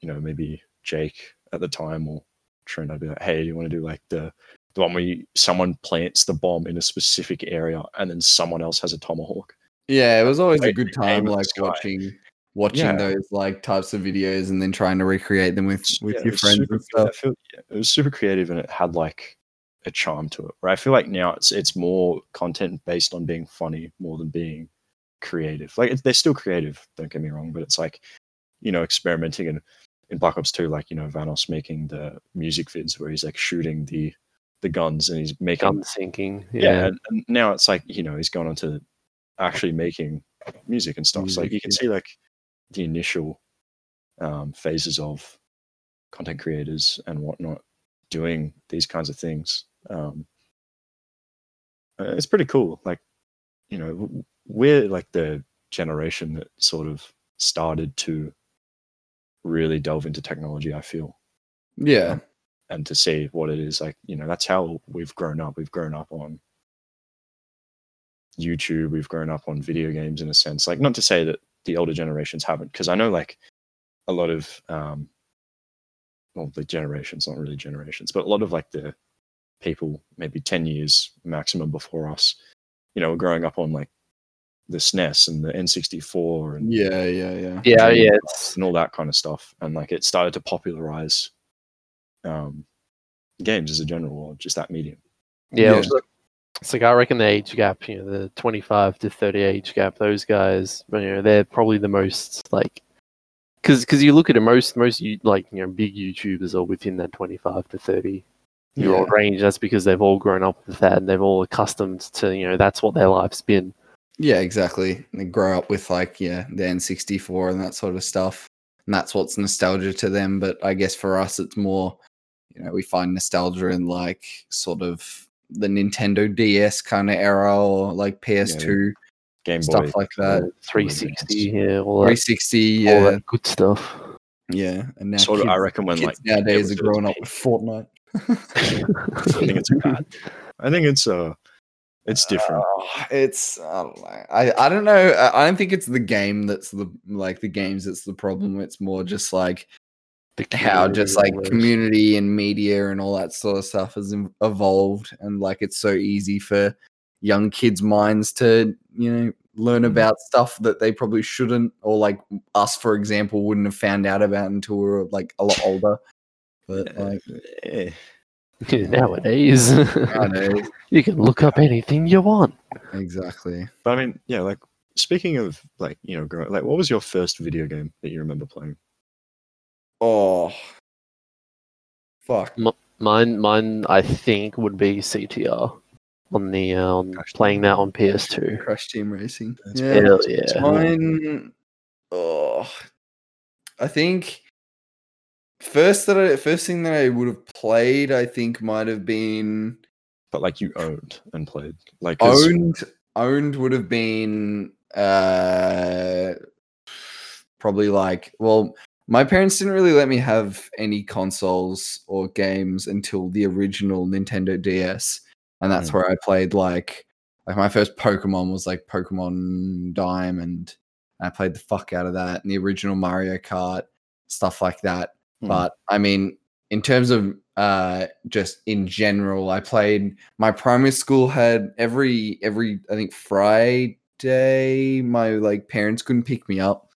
Speaker 3: you know, maybe Jake at the time or Trent. I'd be like, hey, you want to do like the the one where you, someone plants the bomb in a specific area and then someone else has a tomahawk.
Speaker 2: yeah it was always a
Speaker 3: Like,
Speaker 2: good
Speaker 3: the
Speaker 2: time
Speaker 3: aim of the
Speaker 2: like
Speaker 3: sky.
Speaker 2: watching watching
Speaker 3: Yeah.
Speaker 2: those like types of videos and then trying to recreate them with with
Speaker 3: Yeah, it
Speaker 2: your
Speaker 3: was
Speaker 2: friends
Speaker 3: super-
Speaker 2: and stuff
Speaker 3: I feel- yeah, it was super creative and it had like a charm to it. Where I feel like now it's it's more content based on being funny more than being creative. Like it's, they're still creative, don't get me wrong, but it's like you know experimenting and in Black Ops 2, like you know Vanos making the music vids where he's like shooting the the guns and he's making
Speaker 1: gun sinking.
Speaker 3: yeah.
Speaker 1: Yeah.
Speaker 3: and, and now it's like you know he's gone on to actually making music and stuff. so like
Speaker 2: Music,
Speaker 3: you can see like the initial um, phases of content creators and whatnot doing these kinds of things. Um, uh, it's pretty cool. Like you know w- we're like the generation that sort of started to really delve into technology. I feel
Speaker 2: yeah
Speaker 3: and to see what it is like you know that's how we've grown up we've grown up on youtube we've grown up on video games in a sense like not to say that the older generations haven't because i know like a lot of um well the generations not really generations but a lot of like the people maybe 10 years maximum before us you know were growing up on like the snes and the n64 and
Speaker 2: yeah yeah yeah
Speaker 1: yeah,
Speaker 3: Dreamcast
Speaker 1: yeah. It's,
Speaker 3: and all that kind of stuff. And like it started to popularize um, games as a general, or just that medium.
Speaker 1: yeah,
Speaker 2: Yeah.
Speaker 1: also- it's like I reckon the age gap, you know, the 25 to 30 age gap, those guys, you know, they're probably the most like, because because you look at it, most most you like you know big YouTubers are within that 25 to 30 year old range. That's because they've all grown up with that and they've all accustomed to you know that's what their life's been.
Speaker 2: Yeah, exactly. They grow up with like yeah, the N64 and that sort of stuff, and that's what's nostalgia to them. But I guess for us, it's more, you know, we find nostalgia in like sort of the Nintendo DS kind of era or like PS2
Speaker 3: Game
Speaker 2: stuff
Speaker 3: Boy.
Speaker 2: like that,
Speaker 1: 360,
Speaker 3: Advanced.
Speaker 1: Uh, yeah, all that,
Speaker 2: 360.
Speaker 1: all
Speaker 2: Yeah,
Speaker 1: that good stuff.
Speaker 2: yeah. And now
Speaker 3: Sort of, I
Speaker 2: kids-
Speaker 3: reckon when
Speaker 2: kids
Speaker 3: like
Speaker 2: nowadays are
Speaker 3: it was
Speaker 2: growing up
Speaker 3: big.
Speaker 2: with Fortnite.
Speaker 3: I think it's
Speaker 1: <laughs>
Speaker 3: bad. I think it's uh, it's different.
Speaker 2: Uh, it's I don't know. I, I don't know. I I don't think it's the game that's the like the games that's the
Speaker 3: Mm-hmm.
Speaker 2: problem. It's more just like
Speaker 1: The
Speaker 2: how just like
Speaker 1: community. <laughs>
Speaker 2: community and media and all that sort of stuff has em- evolved and like it's so easy for young kids' minds to you know learn
Speaker 3: Mm-hmm.
Speaker 2: about stuff that they probably shouldn't or like us for example wouldn't have found out about until we were like a lot older. But
Speaker 3: Yeah.
Speaker 2: Uh, like
Speaker 3: Eh.
Speaker 1: nowadays.
Speaker 3: <laughs>
Speaker 2: I don't know
Speaker 1: <laughs> you can look up anything you want.
Speaker 2: exactly.
Speaker 3: But I mean, yeah, like speaking of like you know, growing, like what was your first video game that you remember playing?
Speaker 2: Oh fuck.
Speaker 1: Mine, mine, I think would be CTR on the uh, on
Speaker 3: Gosh,
Speaker 1: playing that on PS2.
Speaker 2: Crash Team Racing.
Speaker 3: That's
Speaker 2: yeah.
Speaker 1: Hell yeah!
Speaker 2: Mine, oh, I think first that I, first thing that I would have played, I think might have been
Speaker 3: But like you owned and played, like 'cause-
Speaker 2: owned. Owned would have been uh, probably like well, my parents didn't really let me have any consoles or games until the original Nintendo DS, and that's
Speaker 3: Mm.
Speaker 2: where I played like like my first Pokemon was like Pokemon Diamond. And I played the fuck out of that and the original Mario Kart stuff like that.
Speaker 3: Hmm.
Speaker 2: But I mean, in terms of uh, just in general, I played. My primary school had every every I think Friday. My like parents couldn't pick me up,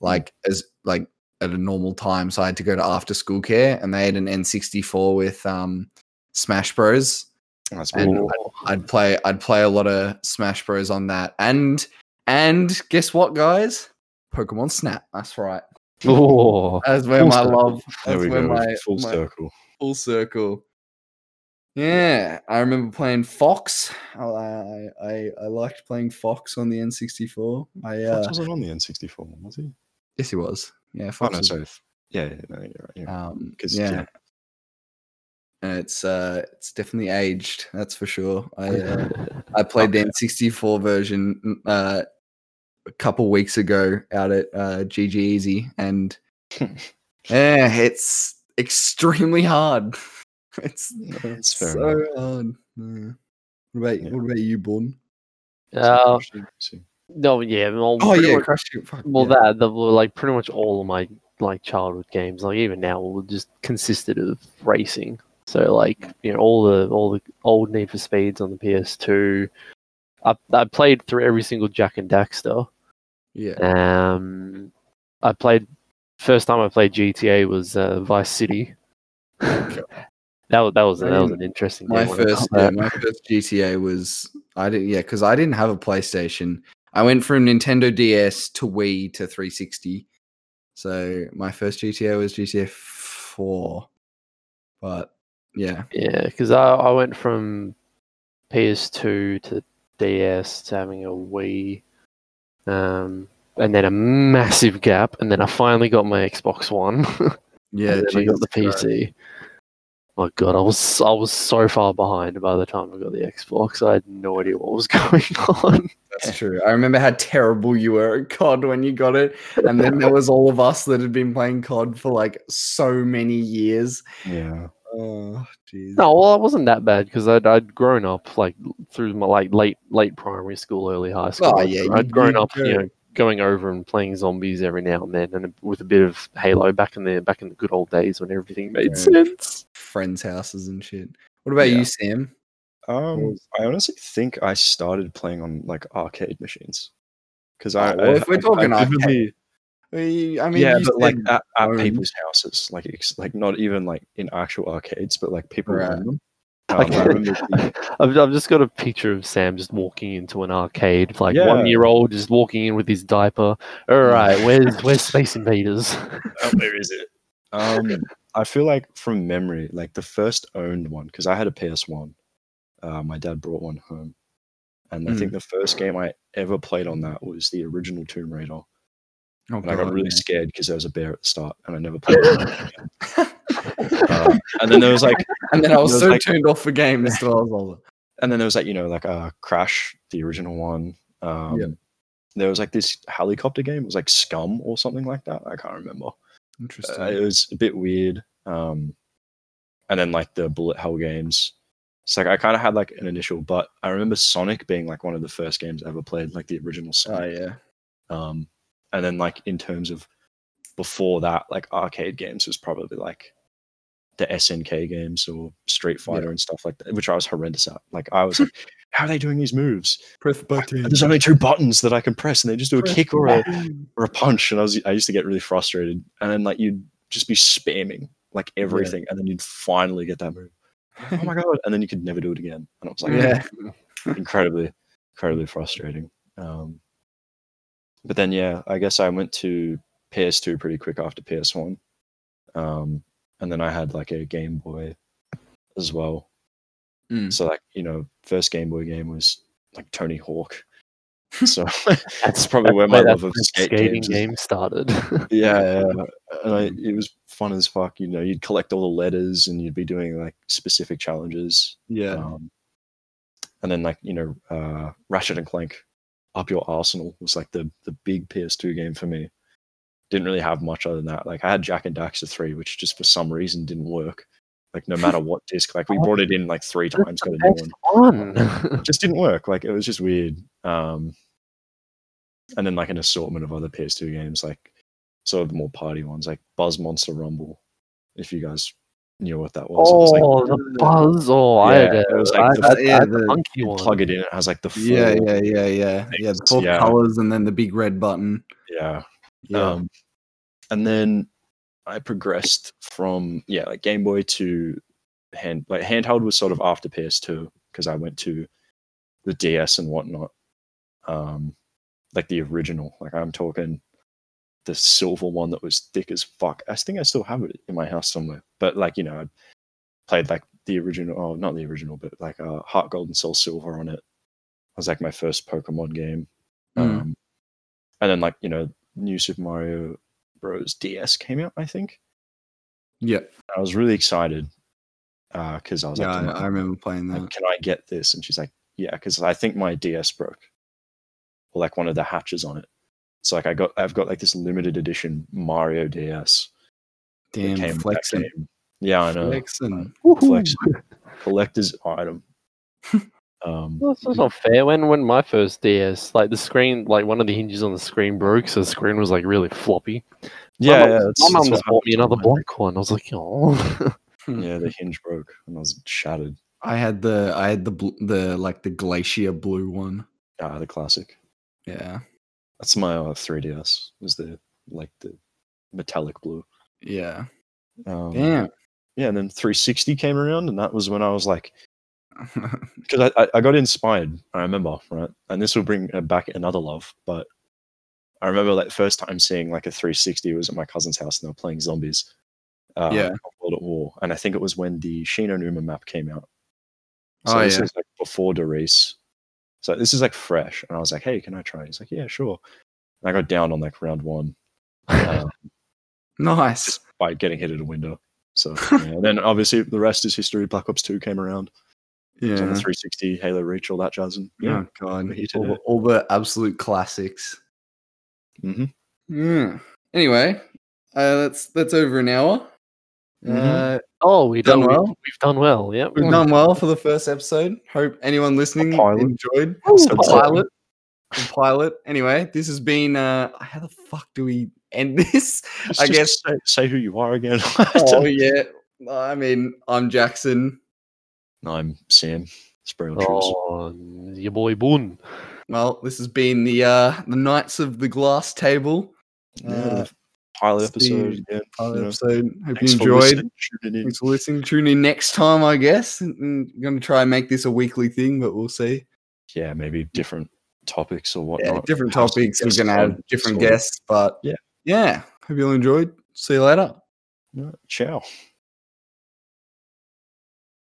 Speaker 3: Hmm.
Speaker 2: like as like at a normal time, so I had to go to after school care, and they had an N sixty four with um Smash Bros.
Speaker 3: that's
Speaker 2: and
Speaker 3: cool.
Speaker 2: I'd play I'd play a lot of Smash Bros on that. And and guess what, guys? Pokemon Snap. That's right. <laughs>
Speaker 1: Oh,
Speaker 2: That's where
Speaker 3: Full
Speaker 2: my
Speaker 3: circle.
Speaker 2: love.
Speaker 3: there
Speaker 2: That's
Speaker 3: we
Speaker 2: where
Speaker 3: go,
Speaker 2: my
Speaker 3: full
Speaker 2: my
Speaker 3: circle.
Speaker 2: full circle. Yeah, I remember playing Fox. I I, I, I liked playing Fox on the N64. I
Speaker 3: Fox
Speaker 2: uh,
Speaker 3: wasn't on the N64, was he?
Speaker 2: yes, it was. Yeah,
Speaker 3: Oh
Speaker 2: Fox.
Speaker 3: no,
Speaker 2: was-
Speaker 3: sorry. Yeah, yeah, no, you're right. You're right.
Speaker 2: um,
Speaker 3: 'Cause,
Speaker 2: yeah.
Speaker 3: yeah.
Speaker 2: And it's uh, it's definitely aged. That's for sure. I uh, I played the N64 version mm, uh, a couple weeks ago out at uh, GG Easy, <laughs> and yeah, it's extremely hard. <laughs> it's
Speaker 3: No, that's fair.
Speaker 2: so
Speaker 3: enough.
Speaker 2: hard. Yeah. What about
Speaker 3: Yeah.
Speaker 2: what about you, Born?
Speaker 1: uh,
Speaker 3: Crash Team Racing.
Speaker 1: no, yeah. Well,
Speaker 2: Oh
Speaker 1: pretty
Speaker 2: yeah,
Speaker 1: much-
Speaker 2: Crash Team. Fuck,
Speaker 1: well,
Speaker 2: yeah.
Speaker 1: that the like pretty much all of my like childhood games, like even now, all just consisted of racing. So like you know all the all the old Need for Speeds on the PS2. I, I played through every single Jack and Daxter.
Speaker 2: yeah.
Speaker 1: Um, I played first time I played GTA was uh, Vice City. that wa- <laughs> that was that was an interesting.
Speaker 2: My
Speaker 1: game when I
Speaker 3: <laughs>
Speaker 2: first,
Speaker 1: got
Speaker 2: yeah,
Speaker 1: that.
Speaker 2: my first GTA was I didn't, yeah, because I didn't have a PlayStation. I went from Nintendo DS to Wii to 360. So my first GTA was GTA 4, but yeah,
Speaker 1: yeah, because I, I went from PS2 to DS to having a Wii, um, and then a massive gap, and then I finally got my Xbox One. <laughs>
Speaker 2: yeah,
Speaker 1: and then I got the
Speaker 2: Jesus Christ.
Speaker 1: PC. My God, I was I was so far behind by the time I got the Xbox. I had no idea what was <laughs> going on.
Speaker 2: That's true. I remember how terrible you were at COD when you got it, and then there was all of us that had been playing COD for like so many years.
Speaker 3: Yeah,
Speaker 2: Oh, jeez.
Speaker 1: No, well, I wasn't that bad because I'd, I'd grown up like through my like late late primary school, early high school.
Speaker 2: Oh,
Speaker 1: I'd-
Speaker 2: yeah, you-
Speaker 1: I'd grown
Speaker 2: you
Speaker 1: up, you
Speaker 2: go.
Speaker 1: know, going over and playing zombies every now and then, and a- with a bit of Halo back in the back in the good old days when everything made
Speaker 2: Yeah.
Speaker 1: sense.
Speaker 2: friends' houses and shit. What about
Speaker 3: Yeah.
Speaker 2: you, Sam?
Speaker 3: um,
Speaker 2: was-
Speaker 3: I honestly think I started playing on like arcade machines because
Speaker 2: Oh,
Speaker 3: I,
Speaker 2: well,
Speaker 3: I-
Speaker 2: if we're
Speaker 3: I- I
Speaker 2: talking arcade,
Speaker 3: vividly-
Speaker 2: We- I mean,
Speaker 3: yeah,
Speaker 2: you
Speaker 3: but like uh,
Speaker 2: said-
Speaker 3: at, at
Speaker 2: own-
Speaker 3: people's houses, like ex- like not even like in actual arcades, but like people
Speaker 2: Right.
Speaker 3: own them. Um, I
Speaker 1: Okay.
Speaker 2: <laughs>
Speaker 3: remember the-
Speaker 1: I've, I've just got a picture of Sam just walking into an arcade, like
Speaker 3: Yeah. Mm.
Speaker 1: one year old just walking in with his diaper. All right, where's where's Space
Speaker 3: <laughs>
Speaker 1: Invaders?
Speaker 3: oh, where is it? Um, I feel like from memory, like the first owned one, because I had a PS1. Uh, my dad brought one home. And I think the first game I ever played on that was the original Tomb Raider.
Speaker 2: Oh,
Speaker 3: And I got
Speaker 2: God,
Speaker 3: really
Speaker 2: man.
Speaker 3: scared because there was a bear at the start and I never played <laughs> it. uh, and then there was like,
Speaker 2: <laughs> and
Speaker 3: <laughs>
Speaker 2: then I was
Speaker 3: It was
Speaker 2: so
Speaker 3: like-
Speaker 2: turned off the game as well as all
Speaker 3: and then there was like, you know, like uh, Crash, the original one. Um,
Speaker 2: Yeah.
Speaker 3: There was like this helicopter game. It was like Scum or something like that. I can't remember.
Speaker 2: Interesting.
Speaker 3: uh, it was a bit weird. Um, and then like the bullet hell games. It's like I kind of had like an initial, but I remember Sonic being like one of the first games I ever played, like the original
Speaker 2: oh
Speaker 3: Sonic.
Speaker 2: yeah.
Speaker 3: Um, and then like in terms of before that, like arcade games was probably like the SNK games or Street Fighter and stuff like that, which I was horrendous at. Like I was like, how are they doing these moves?
Speaker 2: Press button.
Speaker 3: There's only two buttons that I can press, and they just do a
Speaker 2: Press
Speaker 3: kick or a
Speaker 2: <laughs> button.
Speaker 3: or a punch, and I was I used to get really frustrated, and then like you'd just be spamming like everything, and then you'd finally get that move. Oh my god! And then you could never do it again, and it was like
Speaker 2: yeah.
Speaker 3: <laughs> incredibly, incredibly frustrating. Um, but then yeah, I guess I went to PS2 pretty quick after PS1, um, and then I had like a Game Boy as well.
Speaker 2: Mm.
Speaker 3: So like you know, first Game Boy game was like Tony Hawk. So <laughs> that's probably where my
Speaker 1: Like,
Speaker 3: love
Speaker 1: that's
Speaker 3: of
Speaker 1: the
Speaker 3: skate
Speaker 1: skating
Speaker 3: games is
Speaker 1: game
Speaker 3: <laughs>
Speaker 1: started. <laughs>
Speaker 3: yeah, yeah. And I, it was fun as fuck. You know, you'd collect all the letters and you'd be doing like specific challenges.
Speaker 2: Yeah.
Speaker 3: Um, and then like you know, uh, Ratchet and Clank, Up Your Arsenal was like the the big PS2 game for me. Didn't really have much other than that. Like I had Jack and Daxter three, which just for some reason didn't work. Like no matter what disc, like we brought it in like three times, got a new one
Speaker 1: on. <laughs>
Speaker 3: just didn't work. Like it was just weird. Um, and then like an assortment of other PS2 games, like sort of the more party ones, like Buzz Monster Rumble, if you guys knew what that was.
Speaker 1: oh,
Speaker 3: it was, <laughs>
Speaker 1: the buzz! Oh, I
Speaker 3: Yeah,
Speaker 1: had a,
Speaker 3: it was like
Speaker 1: I,
Speaker 3: the-
Speaker 1: had- I
Speaker 2: yeah,
Speaker 1: had the
Speaker 2: the-
Speaker 1: monkey
Speaker 3: like,
Speaker 1: one.
Speaker 3: you plug it in, it has like the four,
Speaker 2: Yeah, yeah, yeah, yeah, yeah. The four
Speaker 3: Yeah.
Speaker 2: colors and then the big red button.
Speaker 3: yeah.
Speaker 2: Yeah,
Speaker 3: Um, and then I progressed from yeah, like Game Boy to hand like handheld was sort of after PS2 because I went to the DS and whatnot. Um, like the original, like I'm talking the silver one that was thick as fuck. I think I still have it in my house somewhere. But like you know, I played like the original, oh not the original, but like uh, Heart Gold and Soul Silver on it. It was like my first Pokemon game.
Speaker 2: Mm.
Speaker 3: Um, and then like you know, New Super Mario Bros. DS came out, I think.
Speaker 2: yeah,
Speaker 3: I was really excited because I was
Speaker 2: yeah.
Speaker 3: like,
Speaker 2: I, I remember playing
Speaker 3: like,
Speaker 1: Mm.
Speaker 2: that.
Speaker 3: "Can I get this?" And she's like, "Yeah," because I think my DS broke, or like one of the hatches on it. So like I got, I've got like this limited edition Mario DS. that came
Speaker 2: Damn
Speaker 3: with that
Speaker 2: flexing,
Speaker 3: game. Yeah, I know.
Speaker 2: flexing.
Speaker 1: Woohoo. <laughs>
Speaker 3: Flex. <laughs> Collector's item. um,
Speaker 1: Well, That's that's not fair. When when my first DS, like the screen, like one of the hinges on the screen broke, so the screen was like really floppy.
Speaker 3: yeah,
Speaker 1: my mum-
Speaker 3: yeah, that's-
Speaker 1: my
Speaker 3: that's
Speaker 1: mum
Speaker 3: what
Speaker 1: just bought me
Speaker 3: happened to
Speaker 1: another
Speaker 3: mine.
Speaker 1: black one. I was like, oh,
Speaker 3: <laughs> Yeah, the hinge broke and I was shattered.
Speaker 2: I had the, I had the, bl- the like the glacier blue one.
Speaker 3: Ah, the classic.
Speaker 2: Yeah,
Speaker 3: That's my uh, 3DS. Was the like the metallic blue.
Speaker 2: yeah.
Speaker 3: Um,
Speaker 2: Damn. <laughs>
Speaker 3: yeah, and then 360 came around, and that was when I was like,
Speaker 2: Oh,
Speaker 3: because I, I, I got inspired. I remember, right? And this will bring uh, back another love, but I remember like first time seeing like a 360 was at my cousin's house, and they were playing zombies. Uh,
Speaker 2: Yeah.
Speaker 3: World at War, and I think it was when the Shino Numa map came out. So
Speaker 2: oh
Speaker 3: this
Speaker 2: yeah.
Speaker 3: is like before Doris. So this is like fresh, and I was like, "Hey, can I try?" He's like, "Yeah, sure." And I got down on like round one. Uh,
Speaker 2: Nice.
Speaker 3: by getting hit at a window.
Speaker 2: <laughs>
Speaker 3: So yeah. and then obviously the rest is history. Black Ops Two came around.
Speaker 2: Yeah.
Speaker 3: It was on the 360, Halo Reach, all that jazz. And yeah,
Speaker 2: Oh god.
Speaker 3: But he did
Speaker 2: All the,
Speaker 3: it.
Speaker 2: all the absolute classics. Mm-hmm.
Speaker 3: hmm
Speaker 2: Yeah. Anyway, uh, that's that's over an hour.
Speaker 3: Mhm.
Speaker 2: Uh,
Speaker 1: oh, we
Speaker 2: Done
Speaker 1: done, well.
Speaker 2: well.
Speaker 1: We've, done well. Yep. <laughs>
Speaker 2: We've done well for the first episode. Hope anyone listening
Speaker 3: pilot.
Speaker 2: enjoyed
Speaker 1: Ooh,
Speaker 3: So
Speaker 2: the
Speaker 3: Pilot.
Speaker 2: pilot. The pilot. Anyway, this has been. Uh, how the fuck do we end <laughs> this? I guess-
Speaker 3: say, say who you are again. <laughs>
Speaker 2: oh yeah. I mean, I'm Jackson.
Speaker 3: No, I'm Sam. Spray on shoes.
Speaker 1: Oh, your boy Boon.
Speaker 2: Well, this has been the uh, the Knights of the Glass Table.
Speaker 3: Yeah, the pilot
Speaker 2: It's the
Speaker 3: episode. again,
Speaker 2: Pilot
Speaker 3: you know.
Speaker 2: episode. Hope
Speaker 3: Thanks
Speaker 2: you
Speaker 3: for
Speaker 2: enjoyed.
Speaker 3: listening, tuning in.
Speaker 2: Thanks for listening. Tune in next time, I guess. I'm going to try and make this a weekly thing, but we'll see.
Speaker 3: Yeah, maybe different topics or
Speaker 2: Yeah,
Speaker 3: whatnot.
Speaker 2: different
Speaker 3: Have some
Speaker 2: topics. We're
Speaker 3: guests
Speaker 2: going to
Speaker 3: on,
Speaker 2: have different
Speaker 3: sort of.
Speaker 2: guests, but
Speaker 3: Yeah.
Speaker 2: yeah. Hope you all enjoyed. See you later.
Speaker 3: Yeah, Ciao.